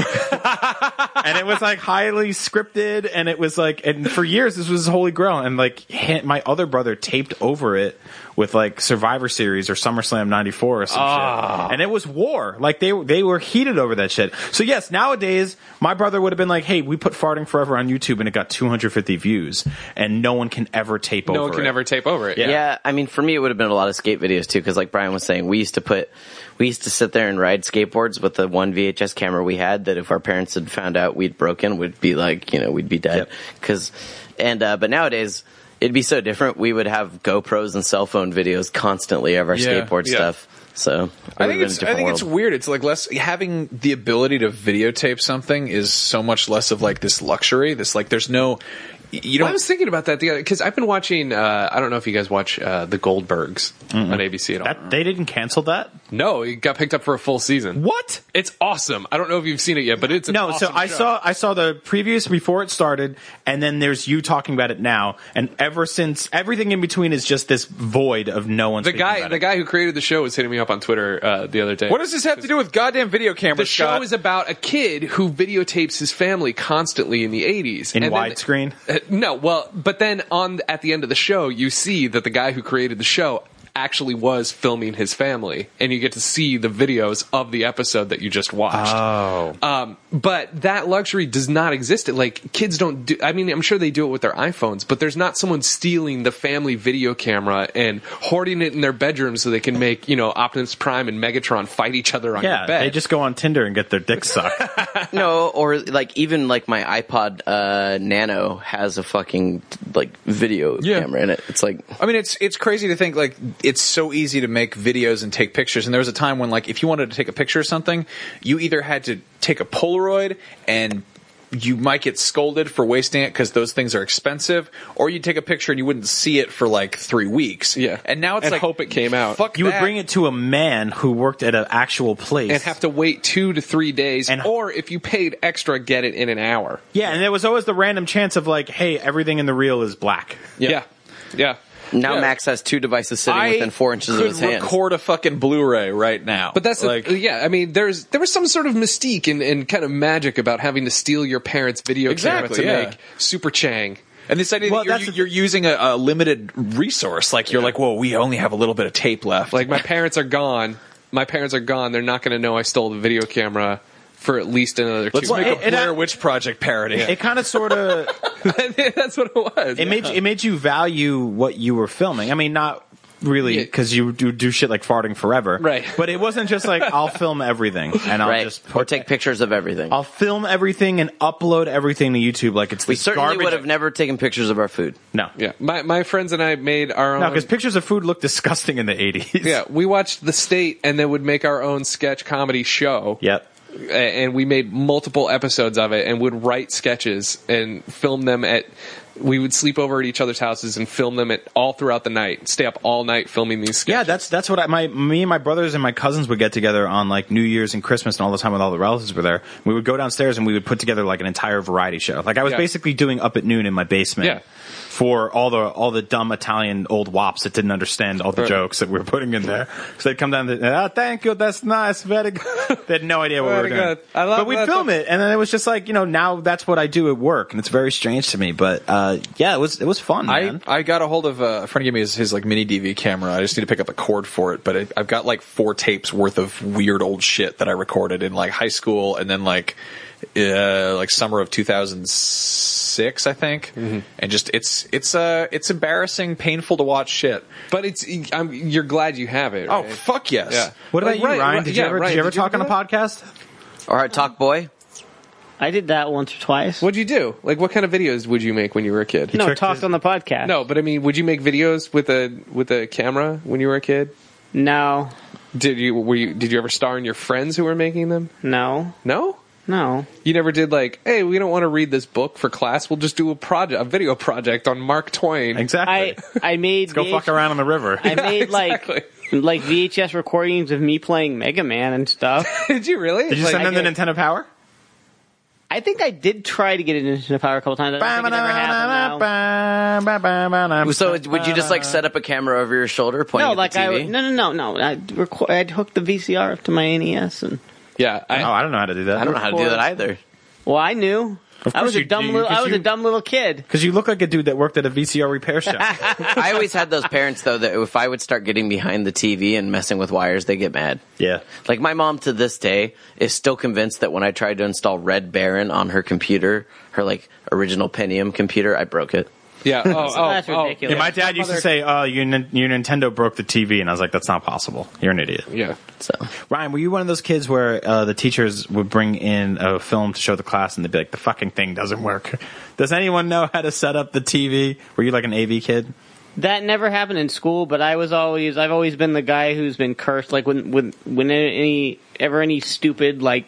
G: and it was like highly scripted, and it was like, and for years this was his holy grail. And like, ha- my other brother taped over it with like Survivor Series or SummerSlam '94 or some
C: Ah.
G: shit, and it was war. Like they they were heated over that shit. So yes, nowadays my brother would have been like, "Hey, we put farting forever on YouTube, and it got 250 views, and no one can ever tape over
C: No one can
G: it."
C: ever tape over it.
B: Yeah. I mean, for me, it would have been a lot of skate videos too, because like Brian was saying, we used to put, we used to sit there and ride skateboards with the one VHS camera we had. That if our parents had found out we'd broken, we'd be like, you know, we'd be dead. Because, and uh, but nowadays, it'd be so different. We would have GoPros and cell phone videos constantly of our
F: Yeah,
B: skateboard
F: yeah.
B: stuff. So it
F: I
B: would've
F: think
B: been
F: it's
B: a
F: I
B: different
F: think it's
B: world.
F: weird. It's like less having the ability to videotape something is so much less of like this luxury. This like there's no you
C: Well,
F: don't
C: I was thinking about that the other because I've been watching. Uh, I don't know if you guys watch uh, the Goldbergs on ABC at all.
G: That, they didn't cancel that.
C: no, it got picked up for a full season.
G: What?
C: It's awesome. I don't know if you've seen it yet, but it's an
G: no, so
C: awesome
G: I
C: show.
G: saw I saw the previous before it started, and then there's you talking about it now, and ever since everything in between is just this void of no one.
C: the guy. The guy who created the show was hitting me up on Twitter uh, the other day.
F: What does this have to do with goddamn video cameras?
C: The show
F: Scott?
C: is about a kid who videotapes his family constantly in the 80s
G: in
C: And then- [LAUGHS]
G: widescreen.
C: Uh, no, well, but then on at the end of the show, you see that the guy who created the show actually was filming his family, and you get to see the videos of the episode that you just watched.
G: Oh.
C: Um, but that luxury does not exist. Like kids don't do. I mean, I'm sure they do it with their iPhones, but there's not someone stealing the family video camera and hoarding it in their bedroom so they can make you know Optimus Prime and Megatron fight each other on
G: Yeah,
C: your bed.
G: they just go on Tinder and get their
C: [LAUGHS]
G: dick sucked.
B: No, or like even like my iPod uh, Nano has a fucking like video
C: Yeah.
B: camera in it. It's like
F: I mean, it's it's crazy to think like it's so easy to make videos and take pictures. And there was a time when like if you wanted to take a picture of something, you either had to take a Polaroid and you might get scolded for wasting it because those things are expensive, or you take a picture and you wouldn't see it for like three weeks.
C: Yeah.
F: and now it's
C: And
F: like
C: hope it came out.
F: Fuck
G: You would
F: that.
G: bring it to a man who worked at an actual place.
C: and have to wait two to three days,
G: And-
C: or if you paid extra, get it in an hour.
G: yeah, and there was always the random chance of like, hey, everything in the reel is black.
C: Yeah, yeah.
B: now
C: Yeah.
B: Max has two devices sitting
F: I
B: within four inches of
F: could
B: his hands.
F: Record a fucking Blu-ray right now.
C: But that's
F: like
C: the, yeah. I mean, there's there was some sort of mystique and, and kind of magic about having to steal your parents' video camera
F: Exactly,
C: to
F: yeah.
C: make Super Chang.
F: And this idea
G: Well,
F: that
G: that's
F: you're,
G: the-
F: you're using a, a limited resource, like you're like, whoa, we only have a little bit of tape left.
C: Like my parents are gone. My parents are gone. They're not going to know I stole the video camera for at least another
F: let's
C: two.
F: make
G: Well, it-
F: a
G: it-
F: Blair Witch Project parody.
G: It kind of
C: [LAUGHS]
G: sort of
C: that's what it was.
G: it made it made you value what you were filming. I mean, not really
C: Yeah.
G: because you do do shit like farting forever,
C: Right.
G: But it wasn't just
C: [LAUGHS]
G: like I'll film everything and I'll
B: right,
G: just put,
B: or take pictures of everything.
G: I'll film everything and upload everything to YouTube like it's
B: we
G: this
B: certainly
G: garbage.
B: would have never taken pictures of our food.
G: no,
C: yeah, my my friends and I made our
G: no,
C: own.
G: because pictures of food look disgusting in the eighties.
C: yeah, we watched The State and then would make our own sketch comedy show.
G: Yep.
C: a- and we made multiple episodes of it and would write sketches and film them at we would sleep over at each other's houses and film them at all throughout the night stay up all night filming these
G: Yeah,
C: sketches
G: that's that's what I my me and my brothers and my cousins would get together on like New Year's and Christmas and all the time when all the relatives were there. We would go downstairs and we would put together like an entire variety show. Like I was
C: Yeah.
G: basically doing up at noon in my basement
C: Yeah.
G: for all the all the dumb Italian old wops that didn't understand all the
C: Right.
G: jokes that we were putting in there. So they'd come down and ah, thank you, that's nice, very good.
C: [LAUGHS]
G: They had no idea what we were
C: Very
G: doing.
C: good. I love
G: but we'd
C: that.
G: film it and then it was just like, you know, now that's what I do at work and it's very strange to me. But uh yeah, it was it was fun,
F: I,
G: man.
F: I got a hold of uh, a friend gave me his, his like mini DV camera. I just need to pick up a cord for it, but I, I've got like four tapes worth of weird old shit that I recorded in like high school and then like uh, like summer of 2006, I think. And just it's it's uh it's embarrassing, painful to watch shit.
C: but it's I'm, you're glad you have it
F: Oh
C: right?
F: fuck yes.
C: Yeah.
G: what about
C: Like,
G: you,
C: right,
G: Ryan?
C: right,
G: Did you
C: yeah,
G: ever did
C: Ryan,
G: you ever
C: did you
G: talk
C: do
G: on a podcast?
B: Or our talk boy.
D: I did that once or twice.
C: what'd you do like what kind of videos would you make when you were a kid
D: No,
G: tricked
D: talked
G: his-
D: on the podcast.
C: no but i mean would you make videos with a with a camera when you were a kid
D: no,
C: did you were you did you ever star in your friends who were making them
D: no,
C: no
D: no.
C: you never did like hey we don't want to read this book for class we'll just do a project a video project on mark twain
G: Exactly.
D: I I made
G: Go fuck around on the river.
D: I
C: [LAUGHS]
D: made
C: exactly.
D: like like VHS recordings of me playing Mega Man and stuff.
C: Did you really?
G: Did you
D: Like,
G: send in
D: I
G: the Nintendo Power?
D: [LAUGHS] I think I did try to get it into power a couple times. I don't think it ever happened. though.
B: So would you just like set up a camera over your shoulder, pointing
D: No,
B: at
D: like
B: the TV?
D: I no no no no. I'd, reco- I'd hook the VCR up to my NES and
C: Yeah,
G: Oh,
C: I,
G: I don't know how to do that.
B: I don't know how to do that either.
D: well, I knew.
G: Of
D: I
G: course
D: was a
G: you
D: dumb
G: do,
D: little. I
G: 'cause
D: was
G: you-
D: a dumb little kid.
G: Because you look like a dude that worked at a VCR repair shop.
B: I always had those parents though that if I would start getting behind the TV and messing with wires, they get mad.
G: yeah.
B: Like my mom to this day is still convinced that when I tried to install Red Baron on her computer, her like original Pentium computer, I broke it.
C: yeah. Oh, oh,
D: that's
C: oh.
D: ridiculous.
G: Yeah, my dad used to say, "Oh, your, Nin- your Nintendo broke the TV," and I was like, "That's not possible. You're an idiot."
C: Yeah.
B: So
G: Ryan, were you one of those kids where uh, the teachers would bring in a film to show the class, and they'd be like, "The fucking thing doesn't work." [LAUGHS] Does anyone know how to set up the TV? Were you like an AV kid?
D: That never happened in school, but I was always I've always been the guy who's been cursed. Like when when when any ever any stupid like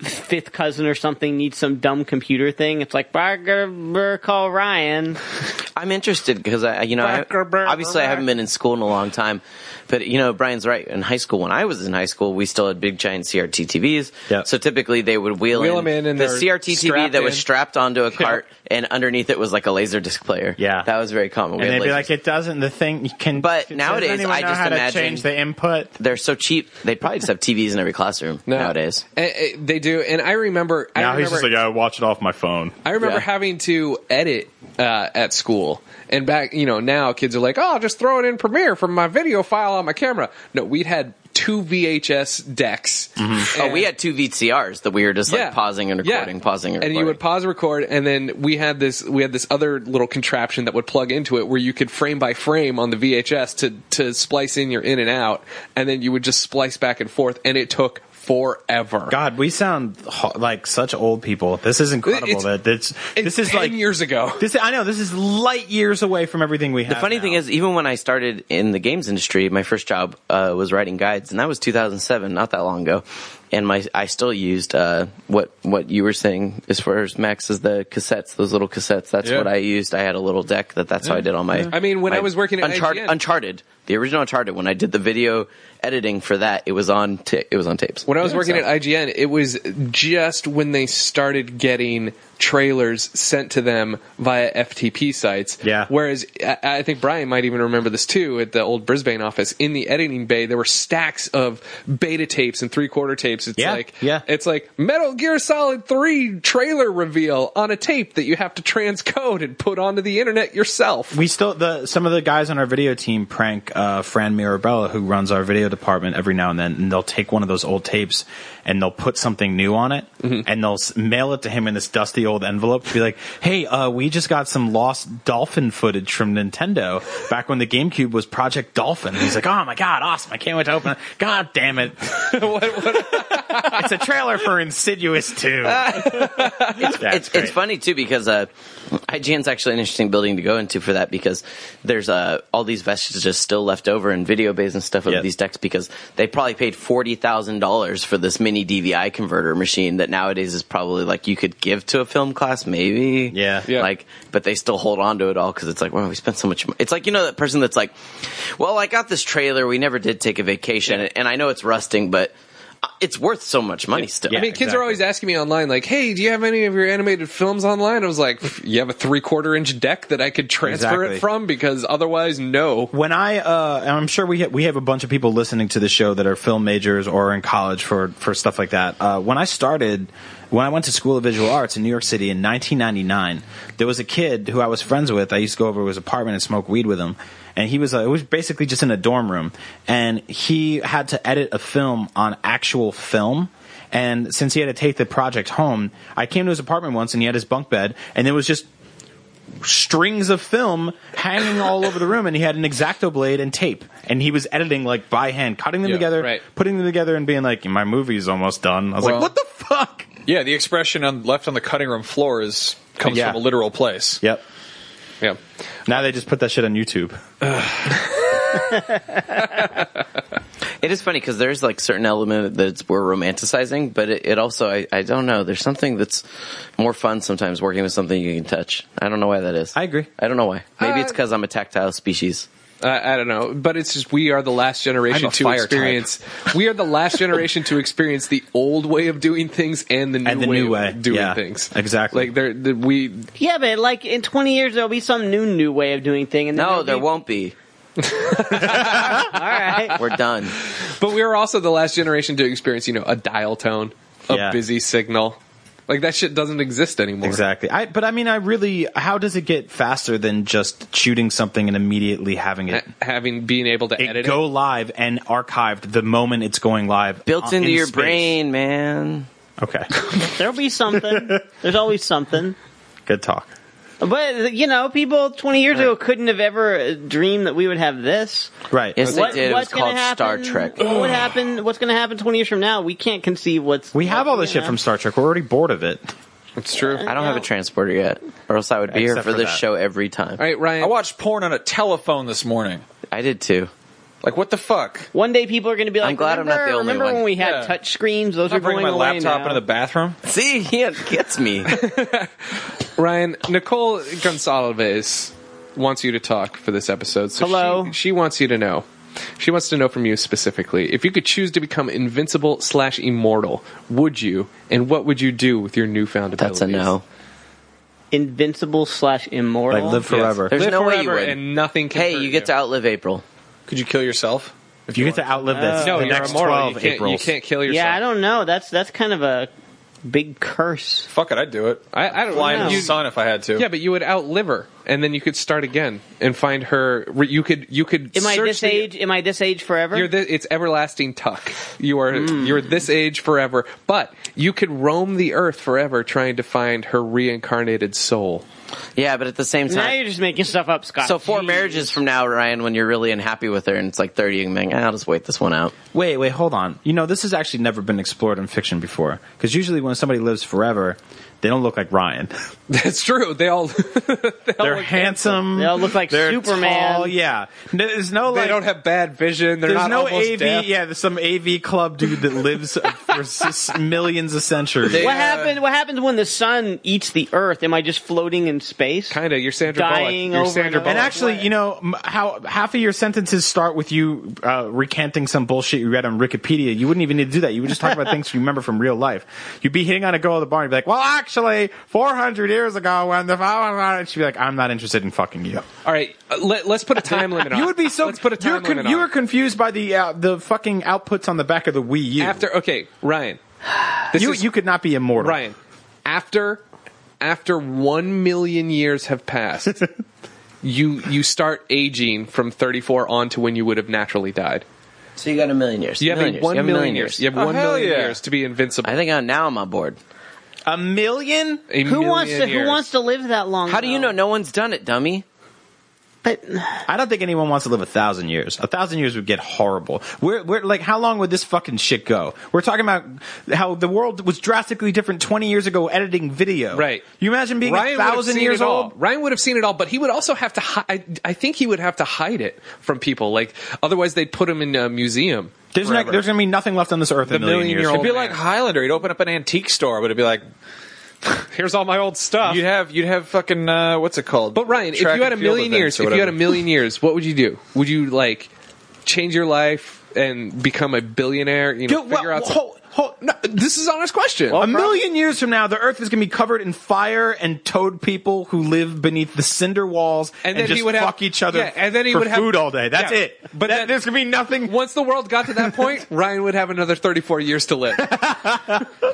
D: fifth cousin or something needs some dumb computer thing, it's like Barker brr, call Ryan.
B: I'm interested because I, you know, I, obviously I haven't been in school in a long time, but you know, Brian's right. In high school, when I was in high school, we still had big giant CRT TVs.
G: Yeah.
B: So typically they would wheel,
C: Wheel
B: in,
C: 'em in and
B: the
C: they're
B: CRT TV
C: strapped
B: that was
C: in.
B: strapped onto a cart, and underneath it was like a laser disc player.
G: Yeah.
B: that was very common. We
G: And
B: had
G: they'd be
B: lasers.
G: like, "It doesn't. The thing you can."
B: But
G: does
B: nowadays,
G: anyone
B: I
G: know
B: just
G: how to
B: imagine-
G: change the input.
B: they're so cheep. They probably just have TVs in every classroom
C: No.
B: nowadays.
C: Eh, eh, they do. to, and I remember. I
G: Now
C: remember,
G: he's just like, I watch it off my phone.
C: I remember
F: Yeah.
C: having to edit uh, at school. And back, you know, now kids are like, oh, I'll just throw it in Premiere from my video file on my camera. No, we'd had two VHS decks.
B: Oh, we had two VCRs that we were just like pausing and recording,
C: Yeah.
B: pausing and recording.
C: you would pause, record, and then we had this we had this other little contraption that would plug into it where you could frame by frame on the VHS to to splice in your in and out, and then you would just splice back and forth, and it took forever.
G: God, we sound ho- like such old people. This is incredible.
C: It's-
G: that it's,
C: It's
G: this is
C: ten
G: like
C: years ago.
G: This I know this is light years away from everything we have.
B: The funny
G: now.
B: thing is, even when I started in the games industry, my first job uh, was writing guides, and that was 2007, not that long ago. And my, I still used uh, what what you were saying as far as Max is the cassettes, those little cassettes. That's
C: Yeah.
B: what I used. I had a little deck that that's how I did all my.
C: I mean, when
B: my
C: I was working at
B: Unchart-
C: IGN
B: Uncharted, the original Uncharted, when I did the video editing for that, it was on ta- it was on tapes.
C: When I was working at IGN, it was just when they started getting trailers sent to them via FTP sites.
G: Yeah.
C: Whereas I, I think Brian might even remember this too at the old Brisbane office. In the editing bay, there were stacks of beta tapes and three quarter tapes. It's
G: Yeah,
C: like
G: yeah.
C: it's like Metal Gear Solid Three trailer reveal on a tape that you have to transcode and put onto the internet yourself.
G: we still the some of the guys on our video team prank uh, Fran Mirabella, who runs our video department, every now and then, and they'll take one of those old tapes and they'll put something new on it,
C: Mm-hmm.
G: and they'll s- mail it to him in this dusty old envelope. Be like, "Hey, uh, we just got some lost dolphin footage from Nintendo back when the GameCube was Project Dolphin." And he's like, "Oh my god, awesome! I can't wait to open it. God
C: [LAUGHS]
G: damn it! it's a trailer for Insidious
C: [LAUGHS]
G: 2. it's,
B: it's, it's funny too because uh, IGN's actually an interesting building to go into for that because there's uh, all these vestiges still left over in video bays and stuff of
G: Yep.
B: these decks because they probably paid forty thousand dollars for this mini DVI converter machine that nowadays is probably like you could give to a film class maybe
G: Yeah. Yeah.
B: like but they still hold on to it all because it's like well we spent so much mo-. it's like you know that person that's like well I got this trailer we never did take a vacation and I know it's rusting but uh, it's worth so much money still
G: Yeah.
C: I mean, kids
G: exactly.
C: are always asking me online, like, "Hey, do you have any of your animated films online?" I was like, "You have a three-quarter inch deck that I could transfer
G: Exactly.
C: it from, because otherwise, no."
G: when I, uh, and I'm sure we ha- we have a bunch of people listening to the show that are film majors or are in college for for stuff like that. Uh, when I started, when I went to School of Visual Arts in New York City in 1999, there was a kid who I was friends with. I used to go over to his apartment and smoke weed with him, and he was uh, it was basically just in a dorm room, and he had to edit a film on actual film. And since he had to take the project home, I came to his apartment once and he had his bunk bed, and there was just strings of film hanging all over the room, and he had an exacto blade and tape, and he was editing like by hand, cutting them
C: Yeah,
G: together,
C: right.
G: putting them together, and being like, "My movie's almost done." I was
F: Well-
G: like, "What the fuck?"
F: Yeah, the expression on left on the cutting room floor is comes
G: Yeah.
F: from a literal place.
G: Yep.
C: Yeah.
G: Now they just put that shit on YouTube.
B: It is funny because there's like certain element that it's, we're romanticizing, but it, it also I, I don't know. There's something that's more fun sometimes working with something you can touch. I don't know why that is.
G: I agree.
B: I don't know why. Maybe
C: Uh,
B: it's because I'm a tactile species.
C: I, I don't know, but it's just we are the last generation
F: I'm a
C: to
F: fire
C: experience. we are the last generation to experience the old way of doing things and the new
G: And the
C: way
G: new way.
C: of doing
G: Yeah,
C: things.
G: exactly.
C: Like there, the, we
D: Yeah, but like in 20 years there'll be some new new way of doing thing. And then
B: No,
D: there'll
B: there
D: be-
B: won't be.
D: All right. [LAUGHS]
B: We're
G: [LAUGHS]
B: done.
C: But we are also the last generation to experience, you know, a dial tone, a
G: Yeah.
C: busy signal. Like that shit doesn't exist anymore.
G: Exactly. I, but I mean, I really, how does it get faster than just shooting something and immediately having it?
C: Having being able to
G: It
C: edit
G: go
C: it.
G: live and archived the moment it's going live.
B: Built
G: on-
B: into
G: in
B: your
G: space.
B: brain, man.
G: Okay.
D: There'll be something. There's always something.
G: Good talk.
D: But you know, people 20 years ago couldn't have ever uh, dreamed that we would have this.
G: Right.
B: Yes,
D: What-
B: they did. It was
D: what's gonna
B: called Star
D: happen-
B: Trek.
D: What would happen? What's going to happen 20 years from now? We can't conceive what's.
G: we have all this
D: you
G: shit
D: know.
G: from Star Trek. We're already bored of it.
C: It's true.
B: I don't have a transporter yet, or else I would be here
G: Except
B: for
G: for
B: this
G: that.
B: show every time.
C: All right, Ryan.
F: I watched porn on a telephone this morning.
B: I did too.
F: Like what the fuck?
D: One day people are going to be like,
B: I'm glad I'm
D: remember,
B: not the only
D: remember
B: one."
D: when we had
F: Yeah.
D: touch screens? Those
F: I'm
D: are
F: not bringing
D: going
F: my
D: away
F: laptop
D: now.
F: into the bathroom.
B: See, he gets me.
C: Ryan, Nicole Gonsalves wants you to talk for this episode. So
D: Hello.
C: She, she wants you to know. She wants to know from you specifically if you could choose to become invincible slash immortal, would you? And what would you do with your newfound
B: [LAUGHS]
C: abilities?
B: That's a no.
D: Invincible slash immortal.
G: Like live
C: Yes.
G: forever.
B: There's
C: Live
B: no way you
C: forever
B: would.
C: and nothing. Can
B: Hey,
C: hurt
B: you get to outlive April.
F: Could you kill yourself?
G: If you get to outlive this,
C: No,
G: the
D: Uh,
C: you're
G: next
C: immortal.
G: twelve
C: you, can't, you
G: Aprils.
C: can't kill yourself.
D: yeah, I don't know. That's that's kind of a big curse.
F: Fuck it, I'd do it.
C: I, I don't
F: Fly
C: know.
F: into the
C: You-
F: sun if I had to.
C: Yeah, but you would outlive her, and then you could start again and find her. re- You could you could.
D: Am I
C: search
D: this
C: the-
D: age? Am I this age forever?
C: You're thi- it's everlasting tuck. You are you're this age forever, but you could roam the earth forever trying to find her reincarnated soul.
B: Yeah, but at the same
D: now
B: time,
D: you're just making stuff up, Scott.
B: so four
D: Jeez.
B: marriages from now, Ryan, when you're really unhappy with her and it's like 30, you can be like, "Ah, I'll just wait this one out.
G: Wait, wait, hold on. You know, this has actually never been explored in fiction before. Because usually when somebody lives forever, they don't look like Ryan.
C: [LAUGHS]
G: [LAUGHS]
C: That's true. They all [LAUGHS]
G: They're handsome.
D: They all look like
G: they're
D: Superman.
G: tall, yeah. No, There's no like.
C: they don't have bad vision. They're
G: there's
C: not
G: no
C: almost
G: AV.
C: deaf.
G: Yeah, there's some AV club dude that lives uh, for s- millions of centuries.
C: uh,
F: They-
D: What
F: Yeah.
D: happened? What happens when the sun eats the Earth? Am I just floating in space?
C: Kinda. You're Sandra
D: Dying
C: Bullock. You're
D: over
C: Sandra
D: and
C: Bullock.
D: over.
G: and actually, you know m- how half of your sentences start with you uh, recanting some bullshit you read on Wikipedia. You wouldn't even need to do that. You would just talk about things you remember from real life. You'd be hitting on a girl at the bar and be like, "Well, actually, 400 years ago, when the and she'd be like, "I'm not interested in fucking you."
C: all right. uh, Let, us put a time limit on.
G: You would be so.
C: Let's put a
G: you're
C: time
G: con-
C: limit
G: You
C: on.
G: were confused by the uh, the fucking outputs on the back of the Wii U.
C: after. Okay,
G: [SIGHS]
C: Ryan. This
G: you,
C: is
G: you could not be immortal.
C: Ryan, after after one million years have
G: [LAUGHS]
C: passed, you you start aging from thirty four on to when you would have naturally died.
B: So you got a million years.
C: You have
B: Million
C: a
B: years.
C: one
B: You have a
C: million years. You have
F: Oh,
C: one
F: hell
C: million
F: yeah.
C: years to be invincible.
B: I think I'm, now I'm on board.
G: A million?
C: A
D: who wants to?
C: million
D: Who
C: years.
D: wants to live that long?
B: How do you
D: though?
B: know no one's done it, dummy?
D: But
G: I don't think anyone wants to live a thousand years. A thousand years would get horrible. We're, we're like, how long would this fucking shit go? We're talking about how the world was drastically different 20 years ago editing video.
C: Right.
G: You imagine being
C: Ryan
G: a
C: would have
G: thousand
C: seen
G: years
C: it all.
G: old?
C: Ryan would have seen it all, but he would also have to. Hi- I, I think he would have to hide it from people. Like otherwise, they'd put him in a museum.
G: There's, not,
C: forever.
G: there's gonna be nothing left on this earth in a
C: The
G: million, years.
C: million-year-old
F: It'd be
C: man.
F: like Highlander. He'd open up an antique store, but it'd be like
C: [LAUGHS] Here's all my old stuff.
F: you'd have you'd have fucking uh, what's it called?
C: But Ryan, if
F: Track
C: you had a
F: and field
C: million
F: events
C: years,
F: or
C: if you had
F: whatever.
C: a million years, what would you do? Would you like change your life and become a billionaire? You know,
G: Dude,
C: figure
G: well,
C: out. Some,
G: hold- hold- no,
C: this is an honest question.
G: a million years from now, the Earth is going to be covered in fire and toad people who live beneath the cinder walls and,
C: then
G: just
C: he would have-
G: fuck each other
C: yeah, and then he
G: for
C: would have-
G: food all day. That's
C: yeah.
G: it.
C: But
G: But that,
C: then-
G: there's going to be nothing.
C: Once the world got to that
B: [LAUGHS]
C: point, Ryan would have another 34 years to live.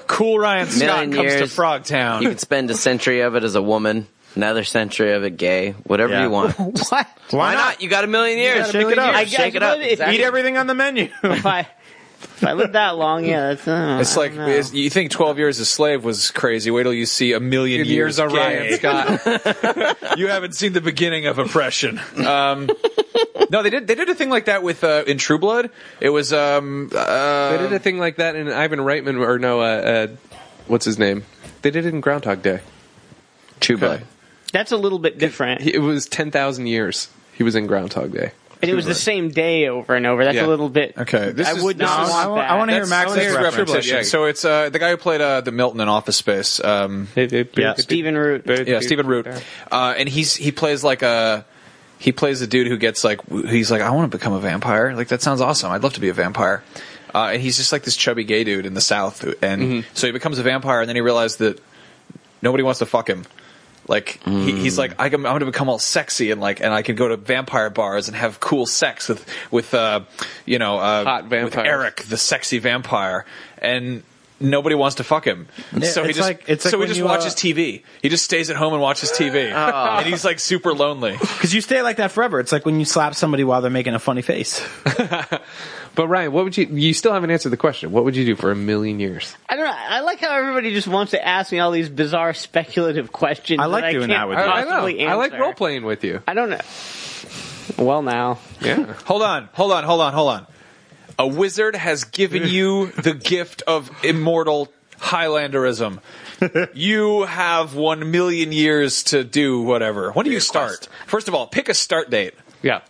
F: cool Ryan Scott
B: Million
F: comes to
B: years.
F: Frog Town.
B: You could spend a century of it as a woman, another century of it gay, whatever
G: Yeah.
B: you want. Just-
D: [LAUGHS] what?
B: Why not? You got a million years.
G: Shake it up.
D: I guess
B: Shake it up.
D: what if-
B: Exactly.
G: Eat everything on the menu.
D: If I if I lived that long, yeah, that's. Uh,
F: It's like it's- you think twelve years a slave was crazy. Wait till you see a million years.
C: years of Ryan
F: gay.
C: Scott. [LAUGHS]
F: you haven't seen the beginning of oppression. Um, no, they did. They did a thing like that with uh, in True Blood. It was um, uh,
C: they did a thing like that in Ivan Reitman, or no, uh, uh, what's his name? They did it in Groundhog Day.
B: True blood.
D: that's a little bit different.
C: He- It was 10,000 years he was in Groundhog Day.
D: and it was the same day over and over. That's
C: Yeah.
D: a little bit.
F: Okay, this
D: I
F: is-
D: would
F: this
D: not
F: is-
D: want that.
G: I want to hear
F: That's-
G: Max's
F: that's
G: reference.
F: repetition.
C: Oh, yeah.
F: So it's uh, the guy who played uh, the Milton in Office Space. Um,
G: Yeah.
D: Stephen Root.
F: yeah, Stephen Root, uh, and he's he plays like a he plays a dude who gets like w- he's like I want to become a vampire. Like that sounds awesome. I'd love to be a vampire. Uh, and he's just like this chubby gay dude in the South, who- and
C: Mm-hmm.
F: so he becomes a vampire, and then he realized that nobody wants to fuck him. Like he, he's like I can, I'm going to become all sexy and like and I can go to vampire bars and have cool sex with with uh you know uh
C: Hot
F: with
C: vampires.
F: Eric the sexy vampire and nobody wants to fuck him so he
G: it's
F: just
G: like- it's like
F: so he
G: when
F: just
G: you, uh,
F: watches TV he just stays at home and watches TV
C: Oh.
F: and he's like super lonely
G: Because you stay like that forever. It's like when you slap somebody while they're making a funny face.
C: But Ryan, what would you, you still haven't answered the question. What would you do for a million years?
D: I don't know. I like how everybody just wants to ask me all these bizarre [LAUGHS] speculative questions.
G: I like
D: that
G: doing
D: I can't
G: that with
C: I,
G: you.
C: I
D: possibly
C: know. I like
D: answer.
C: role playing with you.
D: I don't know. Well, now
C: Yeah.
F: hold on hold on hold on hold on a wizard has given you the gift of immortal Highlanderism you have one million years to do whatever when do you start first of all pick a start date
C: Yeah.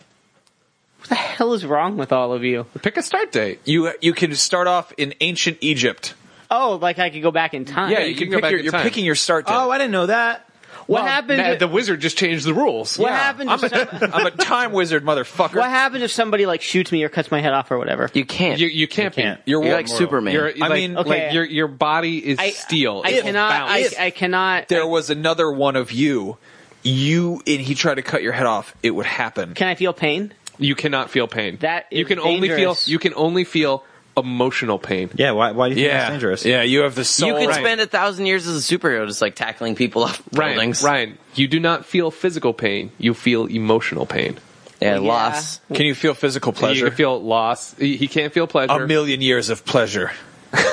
D: what the hell is wrong with all of you?
C: Pick a start date.
F: you you can start off in ancient Egypt
D: Oh, like I could go back in time.
F: yeah,
C: you
F: you
C: can
F: can,
C: go
F: pick
C: back
F: your,
C: in
F: you're
C: time.
F: picking your start date
G: Oh, I didn't know that.
D: What happened?
C: Nah,
D: to-
C: the wizard just changed the rules.
D: what
F: Yeah.
D: happened? If
F: [LAUGHS]
D: some,
F: I'm a time wizard, motherfucker.
D: what happened if somebody like shoots me or cuts my head off or whatever?
B: You can't.
C: You,
B: You,
C: you can't,
G: can't.
C: be. You're,
B: are like Superman.
C: you're
F: I
C: like,
F: mean,
C: like
D: okay.
C: your your body is steel.
D: I
C: It will
D: cannot.
C: bounce.
D: I, I cannot.
F: There was another one of you. You and he tried to cut your head off. It would happen.
D: can I feel pain?
C: you cannot feel pain.
D: That
C: you
D: is
C: can only feel
D: dangerous.
C: you can only feel emotional pain.
G: Yeah, why, why do you think
F: yeah,
G: that's dangerous?
F: yeah. You have the soul.
B: You could
C: Right.
B: spend a thousand years as a superhero just like tackling people off
C: Ryan,
B: buildings.
C: Ryan, you do not feel physical pain. You feel emotional pain.
B: Yeah,
D: Yeah.
B: loss.
F: Can you feel physical
C: You
F: pleasure?
C: can feel loss. He, he can't feel pleasure.
F: a million years of pleasure.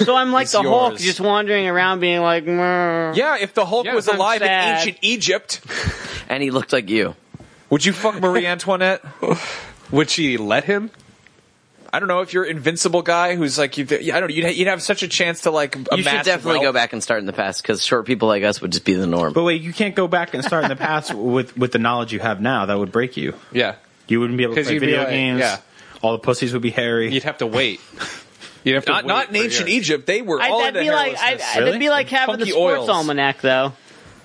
D: So I'm like
F: It's
D: the Hulk,
F: yours.
D: just wandering around, being like, "Meh."
F: Yeah, if the Hulk
C: Yeah,
F: was
D: I'm
F: alive in
D: sad.
F: ancient Egypt,
B: And he looked like you.
F: would you fuck Marie [LAUGHS] Antoinette?
C: Would she let him?
F: I don't know if you're invincible guy who's like you. I don't know. You'd, ha- you'd have such a chance to like.
B: You should definitely go back and start in the past because short people like us would just be the norm.
G: But wait, you can't go back and start in the past with with the knowledge you have now. That would break you.
C: Yeah.
G: You wouldn't be able to
C: 'Cause
G: play
C: you'd be
G: video
C: like-
G: games.
C: yeah.
G: All the pussies would be hairy.
C: You'd have to wait. You'd have to
F: Not,
C: wait
F: not in
C: for
F: ancient
C: years.
F: Egypt. They were
D: I,
F: all
D: that'd
F: into
D: be like, I,
F: hairlessness.
D: I, that'd be like having the
F: Funky
D: sports
F: oils.
D: almanac, though.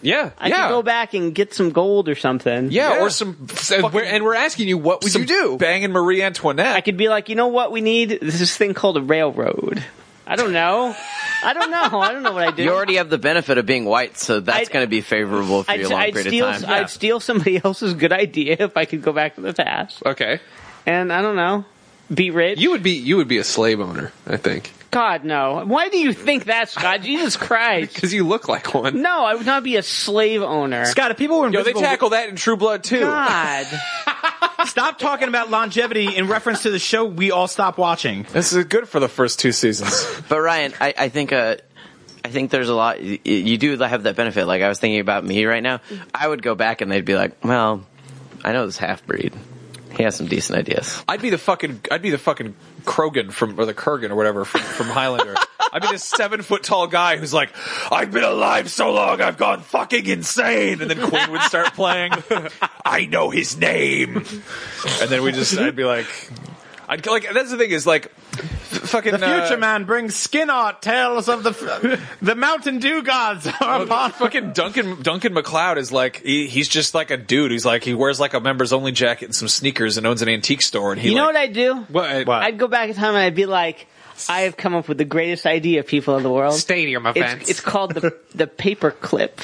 C: Yeah.
D: I
C: yeah.
D: could go back and get some gold or something.
F: yeah,
C: Yeah.
F: or some.
C: So we're, and we're asking you, what would
F: some
C: you do?
F: Banging Marie
D: I
F: Antoinette.
D: could be like, you know what we need? There's this thing called a railroad. I don't know. I don't know. I don't know what I do.
B: you already have the benefit of being white, so that's
D: I'd-
B: going to be favorable for
D: I'd,
B: you a long
D: I'd
B: period
D: steal,
B: of time.
D: I'd steal somebody [LAUGHS] else's good idea if I could go back to the past.
C: Okay.
D: And I don't know. Be rich.
C: You would be you would be a slave owner, I think,
D: God, no. Why do you think that, Scott?
B: [LAUGHS]
D: Jesus Christ.
C: because you look like one.
D: No, I would not be a slave owner.
G: Scott, if people were
F: Yo, they
G: invisible,
F: tackle that in True Blood
B: [LAUGHS]
F: too.
D: God.
G: stop talking about longevity in reference to the show we all stop watching.
F: This is good for the first two seasons.
B: But Ryan, I, I think uh, I think there's a lot. y- You do have that benefit. Like I was thinking about me right now. I would go back and they'd be like, "Well, I know this half breed. He has some decent ideas."
F: I'd be the fucking I'd be the fucking Krogan from or the Kurgan or whatever from, from
C: [LAUGHS]
F: Highlander. I'd be this seven foot tall guy who's like, I've been alive so long, I've gone fucking insane. And then Queen would start playing.
C: [LAUGHS]
F: I know his name. And then we just I'd be like, I'd like that's the thing is like, f- fucking
G: The future
F: uh,
G: man brings skin art tales of the f- the Mountain Dew gods [LAUGHS] are upon.
F: Fucking Duncan Duncan McLeod is like he, he's just like a dude who's like he wears like a members only jacket and some sneakers and owns an antique store and he
D: You know
F: like,
D: what I'd do?
C: What?
G: What?
D: I'd go back in time and I'd be like, I have come up with the greatest idea, people of the world.
C: Stadium
D: It's, it's called the the paper clip,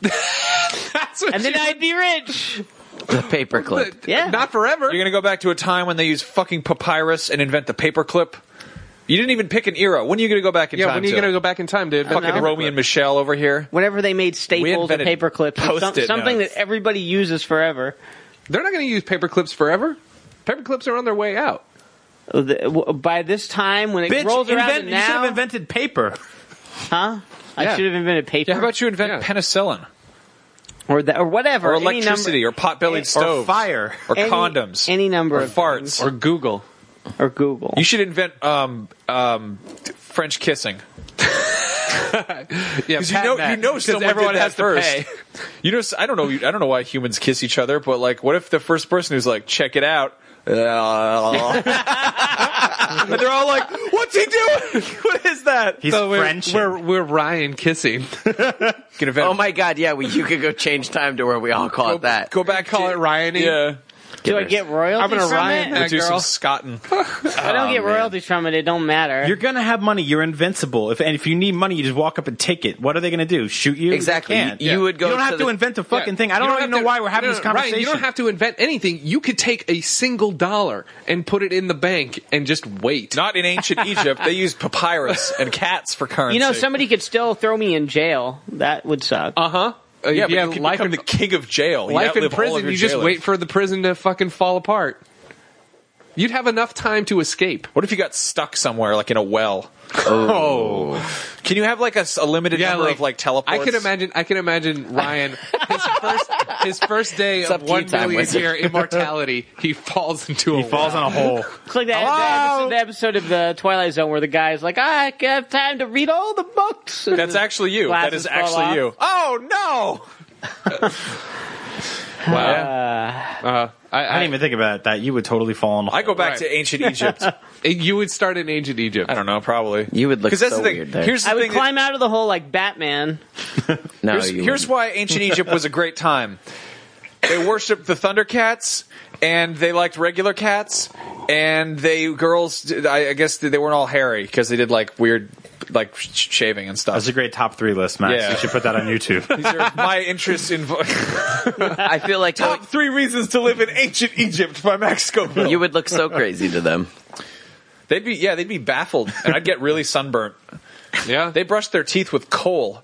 C: That's what
D: and then
C: you-
D: I'd be rich.
B: The paperclip.
D: Yeah.
C: Not forever.
F: You're gonna go back to a time when they use fucking papyrus and invent the paperclip. You didn't even pick an era. When are you gonna go back in
C: yeah.
F: time?
C: When are you
F: to?
C: gonna go back in time, dude?
F: fucking
D: know.
F: Romeo and Michelle over here?
D: Whenever they made staples and
F: invented
D: paper clips, some,
F: Post-it
D: something
F: notes.
D: that everybody uses forever.
C: They're not going to use paper clips forever. Paper clips are on their way out.
D: The- w- By this time, when it
G: Bitch,
D: rolls around
G: invent-
D: to
G: you should
D: now,
G: have invented paper.
D: huh? I
C: Yeah.
D: should have invented paper
F: Yeah, how about you invent
C: Yeah.
F: penicillin
D: or that, or whatever,
F: or
D: any number-
F: electricity or pot-bellied
G: Or
F: stoves
G: fire.
F: or
D: any-
F: condoms
D: any number
F: or
D: of
F: farts?
C: Or Google.
D: or Google.
F: you should invent um, um, French kissing.
C: [LAUGHS] Yeah,
F: Because you know, you know, someone
C: everyone
F: did that
C: has
F: first.
C: to pay.
F: You know, I don't know, I don't know why humans kiss each other, but like, what if the first person who's like, check it out, [LAUGHS] and they're all like, what's he doing? [LAUGHS] what is that?
G: He's
C: So we're,
G: French.
C: We're we're Ryan kissing.
F: Gonna invent-
B: Oh my god, yeah, well, you could go change time to where we all call
G: Oh
F: go,
B: it that.
F: Go back,
C: Call
F: to-
C: it Ryan-y.
F: Yeah,
D: do I get royalties
C: I'm gonna
D: from
C: Ryan
D: it?
C: that
F: we'll do
C: girl.
F: some Scotland.
D: If I don't get royalties from it. It don't matter.
G: You're gonna have money. You're invincible. If and if you need money, you just walk up and take it. What are they gonna do? Shoot you?
B: Exactly.
G: They can't.
B: You- you would go
G: You don't
B: to
G: have to
B: the-
G: invent a fucking
C: Yeah.
G: thing. I
C: You
G: don't, even
C: have
G: know
C: to-
G: why we're having
C: no,
G: this
C: no,
G: conversation.
C: Ryan, you don't have to invent anything. You could take a single dollar and put it in the bank and just wait.
F: Not in ancient Egypt, they used papyrus and cats for currency.
D: you know, somebody could still throw me in jail. That would suck.
C: uh-huh. Uh, if
F: yeah, but
C: you
F: you
C: have
F: could
C: life
F: become
C: in
F: the king of jail. You'd
C: life in
F: outlive all of
C: prison.
F: your
C: You just
F: jailers.
C: wait for the prison to fucking fall apart. You'd have enough time to escape.
F: What if you got stuck somewhere, like in a well? Oh, can you have like a, s- a limited number of like teleports?
C: I can imagine. I can imagine Ryan his first his first day
B: It's
C: of
B: up to you,
C: one
B: Time
C: million
B: Wizard.
C: year immortality. He falls into a
G: He falls
C: well.
G: on a hole.
D: It's like that, that episode, that episode of the Twilight Zone where the guy's like, I have time to read all the books.
F: That's actually you. That
D: Glasses
F: is
D: fall
F: actually
D: off.
F: you. Oh no! wow.
C: Uh, I,
G: [LAUGHS] I didn't even think about that. You would totally fall on. a hole.
F: I go back
C: Right.
F: to ancient Egypt.
C: even. You would start in ancient Egypt.
F: I don't know, probably.
B: You would look
F: because that's
B: so
F: the thing.
B: weird there.
F: Here's the
D: I would
F: thing. that-
D: climb out of the hole like Batman.
B: no,
F: here's
B: you
F: here's
B: wouldn't.
F: why ancient Egypt was a great time. They worshipped the Thundercats, and they liked regular cats, and they girls. did- I, I guess they weren't all hairy because they did like weird, like sh- shaving and stuff.
G: That's a great top three list, Max.
F: Yeah.
G: You should put that on [LAUGHS] YouTube.
F: These are my interests in [LAUGHS]
B: I feel like though,
F: top three reasons to live in ancient Egypt by Max Scoville.
B: you would look so crazy to them.
F: They'd be yeah, they'd be baffled, and I'd get really sunburnt.
C: Yeah,
F: They brushed their teeth with coal.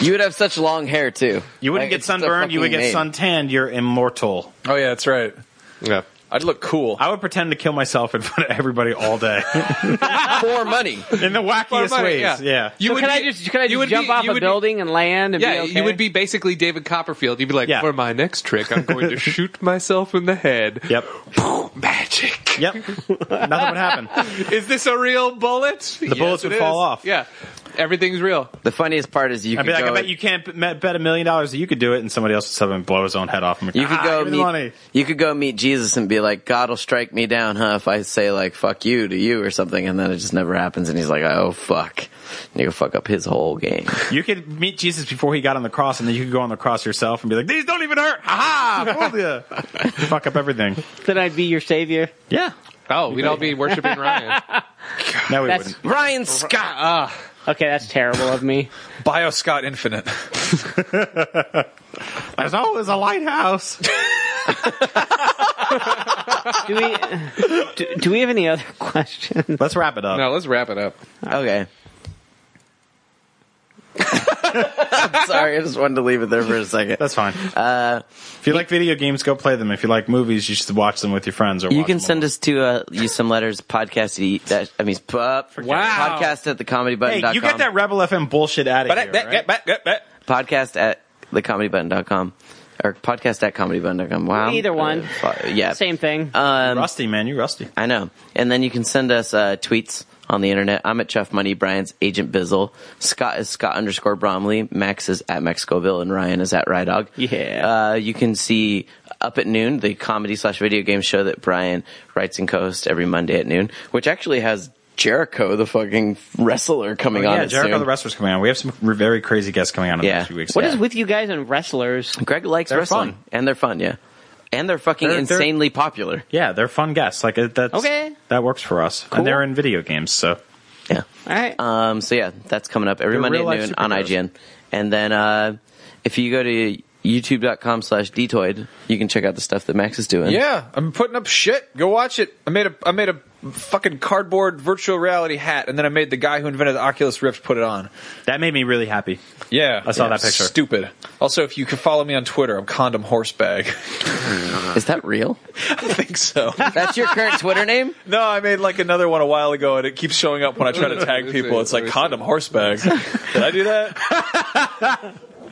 B: You would have such long hair too.
G: You wouldn't
B: Like,
G: get
B: it's just a
G: sunburned. You would
B: fucking
G: get
B: mane.
G: suntanned. You're immortal.
F: Oh yeah, that's right.
C: yeah.
F: I'd look cool.
G: I would pretend to kill myself in front of everybody all day
B: for money.
G: in the wackiest
F: money,
G: ways.
F: yeah.
G: yeah.
C: You
D: So
C: would
D: can I
C: be-
D: just can I
C: you
D: just
C: would
D: jump
C: be-
D: off
C: you
D: a
C: would be-
D: building and land and
C: yeah,
D: be okay?
C: you would be basically David Copperfield. You'd be like,
G: Yeah.
C: for my next trick, I'm going [LAUGHS] to shoot myself in the head.
G: Yep.
C: Magic.
G: Yep. Nothing [LAUGHS] would happen.
C: Is this a real bullet? The
G: bullets would fall off.
C: Yeah, everything's real.
B: The funniest part is you
G: I'd
B: could
G: be like,
B: go.
G: I bet you can't b- bet a million dollars that you could do it, and somebody else would suddenly blow his own head off. And be,
B: you
G: like,
B: could
G: "Ah,
B: go
G: give me the money.
B: meet. You could go meet Jesus and be like, God will strike me down, huh? If I say like "fuck you" to you or something, and then it just never happens, and he's like, "Oh fuck," and you fuck up his whole
G: [LAUGHS]
B: game.
G: You could meet Jesus before he got on the cross, and then you could go on the cross yourself and be like, "These don't even hurt."
B: [LAUGHS]
G: Ha ha! Fooled ya. Fuck up everything.
D: Then I'd be your savior.
G: Yeah.
C: Oh, we'd all be worshiping [LAUGHS] Ryan.
G: No, we
D: That's
G: wouldn't.
B: Ryan Scott.
D: okay. That's terrible of me.
F: Bio Scott [LAUGHS] Infinite.
G: There's always
B: [LAUGHS]
G: a lighthouse.
D: Do we [LAUGHS] do, do we have any other [LAUGHS] questions?
G: Let's wrap it up.
C: No, let's wrap it up.
B: Okay. [LAUGHS] I'm sorry, I just wanted to leave it there for a second.
G: That's fine.
B: Uh,
G: if you like video games, go play them. If you like movies, you should watch them with your friends. Or
B: You
G: watch
B: can
G: them
B: send
G: alone.
B: us to uh, you some letters podcast at e- that, I mean uh,
C: Wow.
B: podcast at the comedy button
G: Hey, you get that Rebel FM bullshit out of here. right?
B: podcast at the comedy button.com or podcast at comedy button.com. Wow.
D: Either one.
B: Uh, fu- yeah.
D: Same thing.
C: Uh,
B: um,
G: Rusty, man, you rusty.
B: I know. And then you can send us uh, tweets on the internet. I'm at Chuff Money. Brian's Agent Bizzle. Scott is Scott underscore Bromley. Max is at Mexicoville, and Ryan is at Rydog.
D: Yeah.
B: Uh, you can see up at noon the comedy slash video game show that Brian writes and co-hosts every Monday at noon, which actually has Jericho, the fucking wrestler, coming on.
G: Oh, yeah,
B: it
G: Jericho
B: soon.
G: the wrestler's coming on. We have some very crazy guests coming on in the
B: Yeah.
G: next few weeks.
D: What is
B: yeah.
D: with you guys and wrestlers?
B: Greg likes
G: They're
B: wrestling,
G: fun.
B: and they're fun. Yeah, and they're fucking
G: They're- they're-
B: insanely popular.
G: Yeah, they're fun guests. Like it- that's
D: Okay.
G: That works for us,
D: Cool.
G: and they're in video games. So
B: Yeah.
D: All right.
C: uh,
B: Um, so yeah, that's coming up every
G: They're
B: Monday
G: real-life
B: at noon on
G: superheroes.
B: IGN. And then uh, if you go to youtube.com slash detoid, you can check out the stuff that Max is doing.
F: Yeah, I'm putting up shit. Go watch it. I made a I made a fucking cardboard virtual reality hat, and then I made the guy who invented the Oculus Rift put it on.
G: that made me really happy.
F: Yeah,
G: I saw
F: Yeah.
G: that picture.
F: Stupid. Also, if you can follow me on Twitter, I'm Condom Horsebag.
B: Is that real?
F: [LAUGHS] I think [LAUGHS] so.
B: That's your current Twitter name?
F: no, I made like another one a while ago, and it keeps showing up when I try to
C: Let
F: tag
C: me
F: people.
C: see.
F: [LAUGHS] It's
C: Let
F: like
C: me see.
F: Condom Horsebag. Did I do that?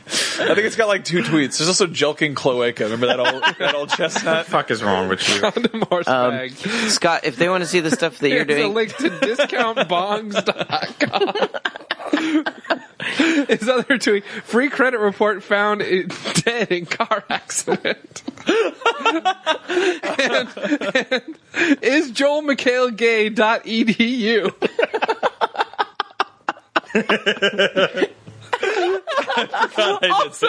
F: I think it's got like two tweets. There's also Jelking Cloaca. Remember that old that old chestnut?
G: fuck is wrong with you?
C: Condom horsebag.
B: Scott, if they want to see the stuff that you're
C: Here's a
B: doing,
C: link
B: [LAUGHS]
C: to discountbongs.com. His other tweet: free credit report found i- dead in car accident. and, and is E joelmchaleGay.edu. also,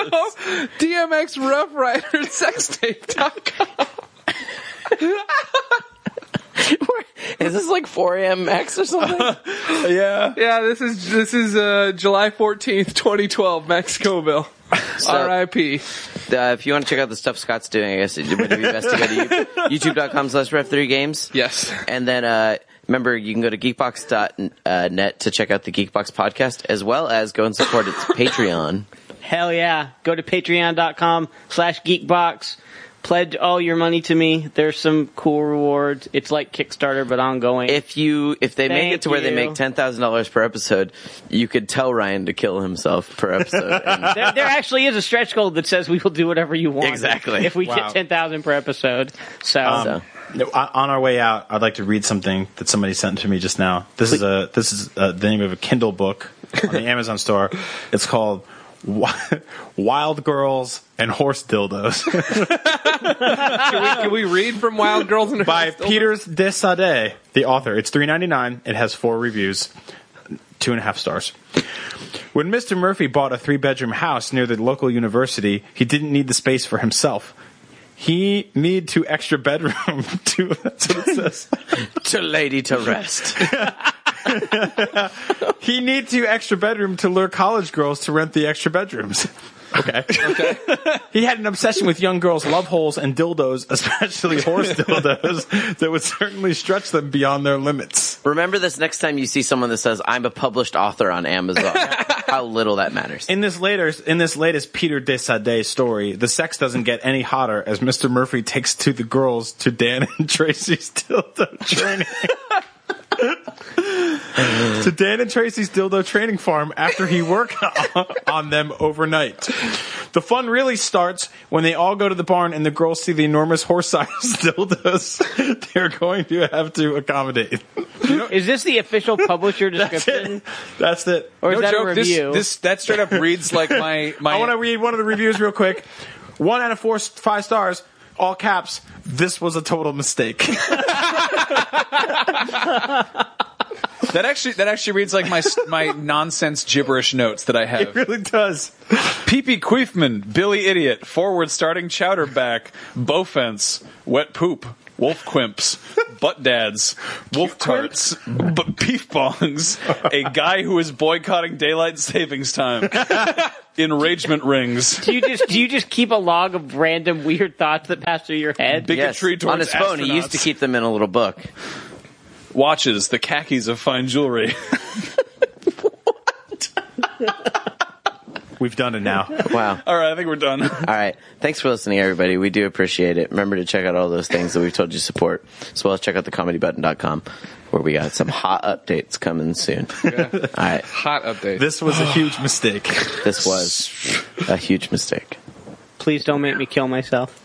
C: DMX Rough Rider sextape.com.
B: is this like 4 a.m. Max or something?
F: [LAUGHS] Yeah.
C: Yeah, this is this is uh, July fourteenth, twenty twelve, Mexicoville. R.I.P.
B: Uh, if you want to check out the stuff Scott's doing, I guess it would be best to go to you- youtube.com slash ref3games.
C: Yes.
B: And then uh, remember, you can go to geekbox.net to check out the Geekbox podcast, as well as go and support [LAUGHS] its Patreon.
D: Hell yeah. Go to patreon.com slash geekbox. Pledge all your money to me. There's some cool rewards. It's like Kickstarter, but ongoing.
B: If you if they make
D: Thank
B: it to where they
D: you.
B: make ten thousand dollars per episode, you could tell Ryan to kill himself per episode. And
D: there, there actually is a stretch goal that says we will do whatever you want.
B: Exactly.
D: If we
G: Wow.
D: get 10,000 per episode. So,
G: Um,
B: so.
G: No, on on our way out, I'd like to read something that somebody sent to me just now. This is a this is uh the name of a Kindle book
D: [LAUGHS]
G: on the Amazon store. It's called Wi- [LAUGHS] Wild Girls and Horse Dildos
C: Can we, can we read from Wild Girls and
G: by Peters Desade, the author. It's three ninety nine. It has four reviews, two and a half stars. When Mr. Murphy bought a three bedroom house near the local university, he didn't need the space for himself. He need two extra bedroom. [LAUGHS] two, that's what it says.
B: to lady to rest.
G: He needs you extra bedroom to lure college girls to rent the extra bedrooms. Okay. okay. he had an obsession with young girls' love holes and dildos, especially horse dildos, that would certainly stretch them beyond their limits.
B: [LAUGHS] Remember this next time you see someone that says, I'm a published author on Amazon. How little that matters.
G: In this later, in this latest Peter Desade story, the sex doesn't get any hotter as Mr. Murphy takes to the girls to Dan and [LAUGHS] Tracy's dildo training. [LAUGHS] to Dan and Tracy's dildo training farm after he worked [LAUGHS] on them overnight. The fun really starts when they all go to the barn and the girls see the enormous horse-sized [LAUGHS] dildos they're going to have to accommodate.
D: Is this the official publisher
G: That's
D: description?
G: it. That's it.
D: Or is that a
F: this,
D: review?
F: this that straight up reads like my [LAUGHS] my.
G: I want to read one of the reviews real quick. One out of four, five stars, all caps. This was a total mistake. [LAUGHS]
F: that actually that actually reads like my s- my nonsense gibberish notes that I
G: it
F: have.
G: really does.
F: Pee-pee Queefman, Billy Idiot, Forward Starting Chowderback, Bowfence, Wet Poop, Wolf Quimps, Butt Dads, Wolf Tarts, b- Beef Bongs, A Guy Who Is Boycotting Daylight Savings Time, [LAUGHS] Enragement Rings,
D: do you just do you just keep a log of random weird thoughts that pass through your head?
B: Yes.
F: Bigotry
B: On
F: Towards
B: his phone, he used to
F: Astronauts.
B: keep them in a little book.
F: Watches, The Khakis of Fine Jewelry. [LAUGHS]
G: We've done it now.
B: Wow.
F: All right, I think we're done.
B: All right. Thanks for listening, everybody. We do appreciate it. Remember to check out all those things that we've told you to support, as well as check out thecomedybutton.com, where we got some hot updates coming soon. All right.
C: Hot update.
G: This was a huge mistake.
B: This was a huge mistake.
D: Please don't make me kill myself.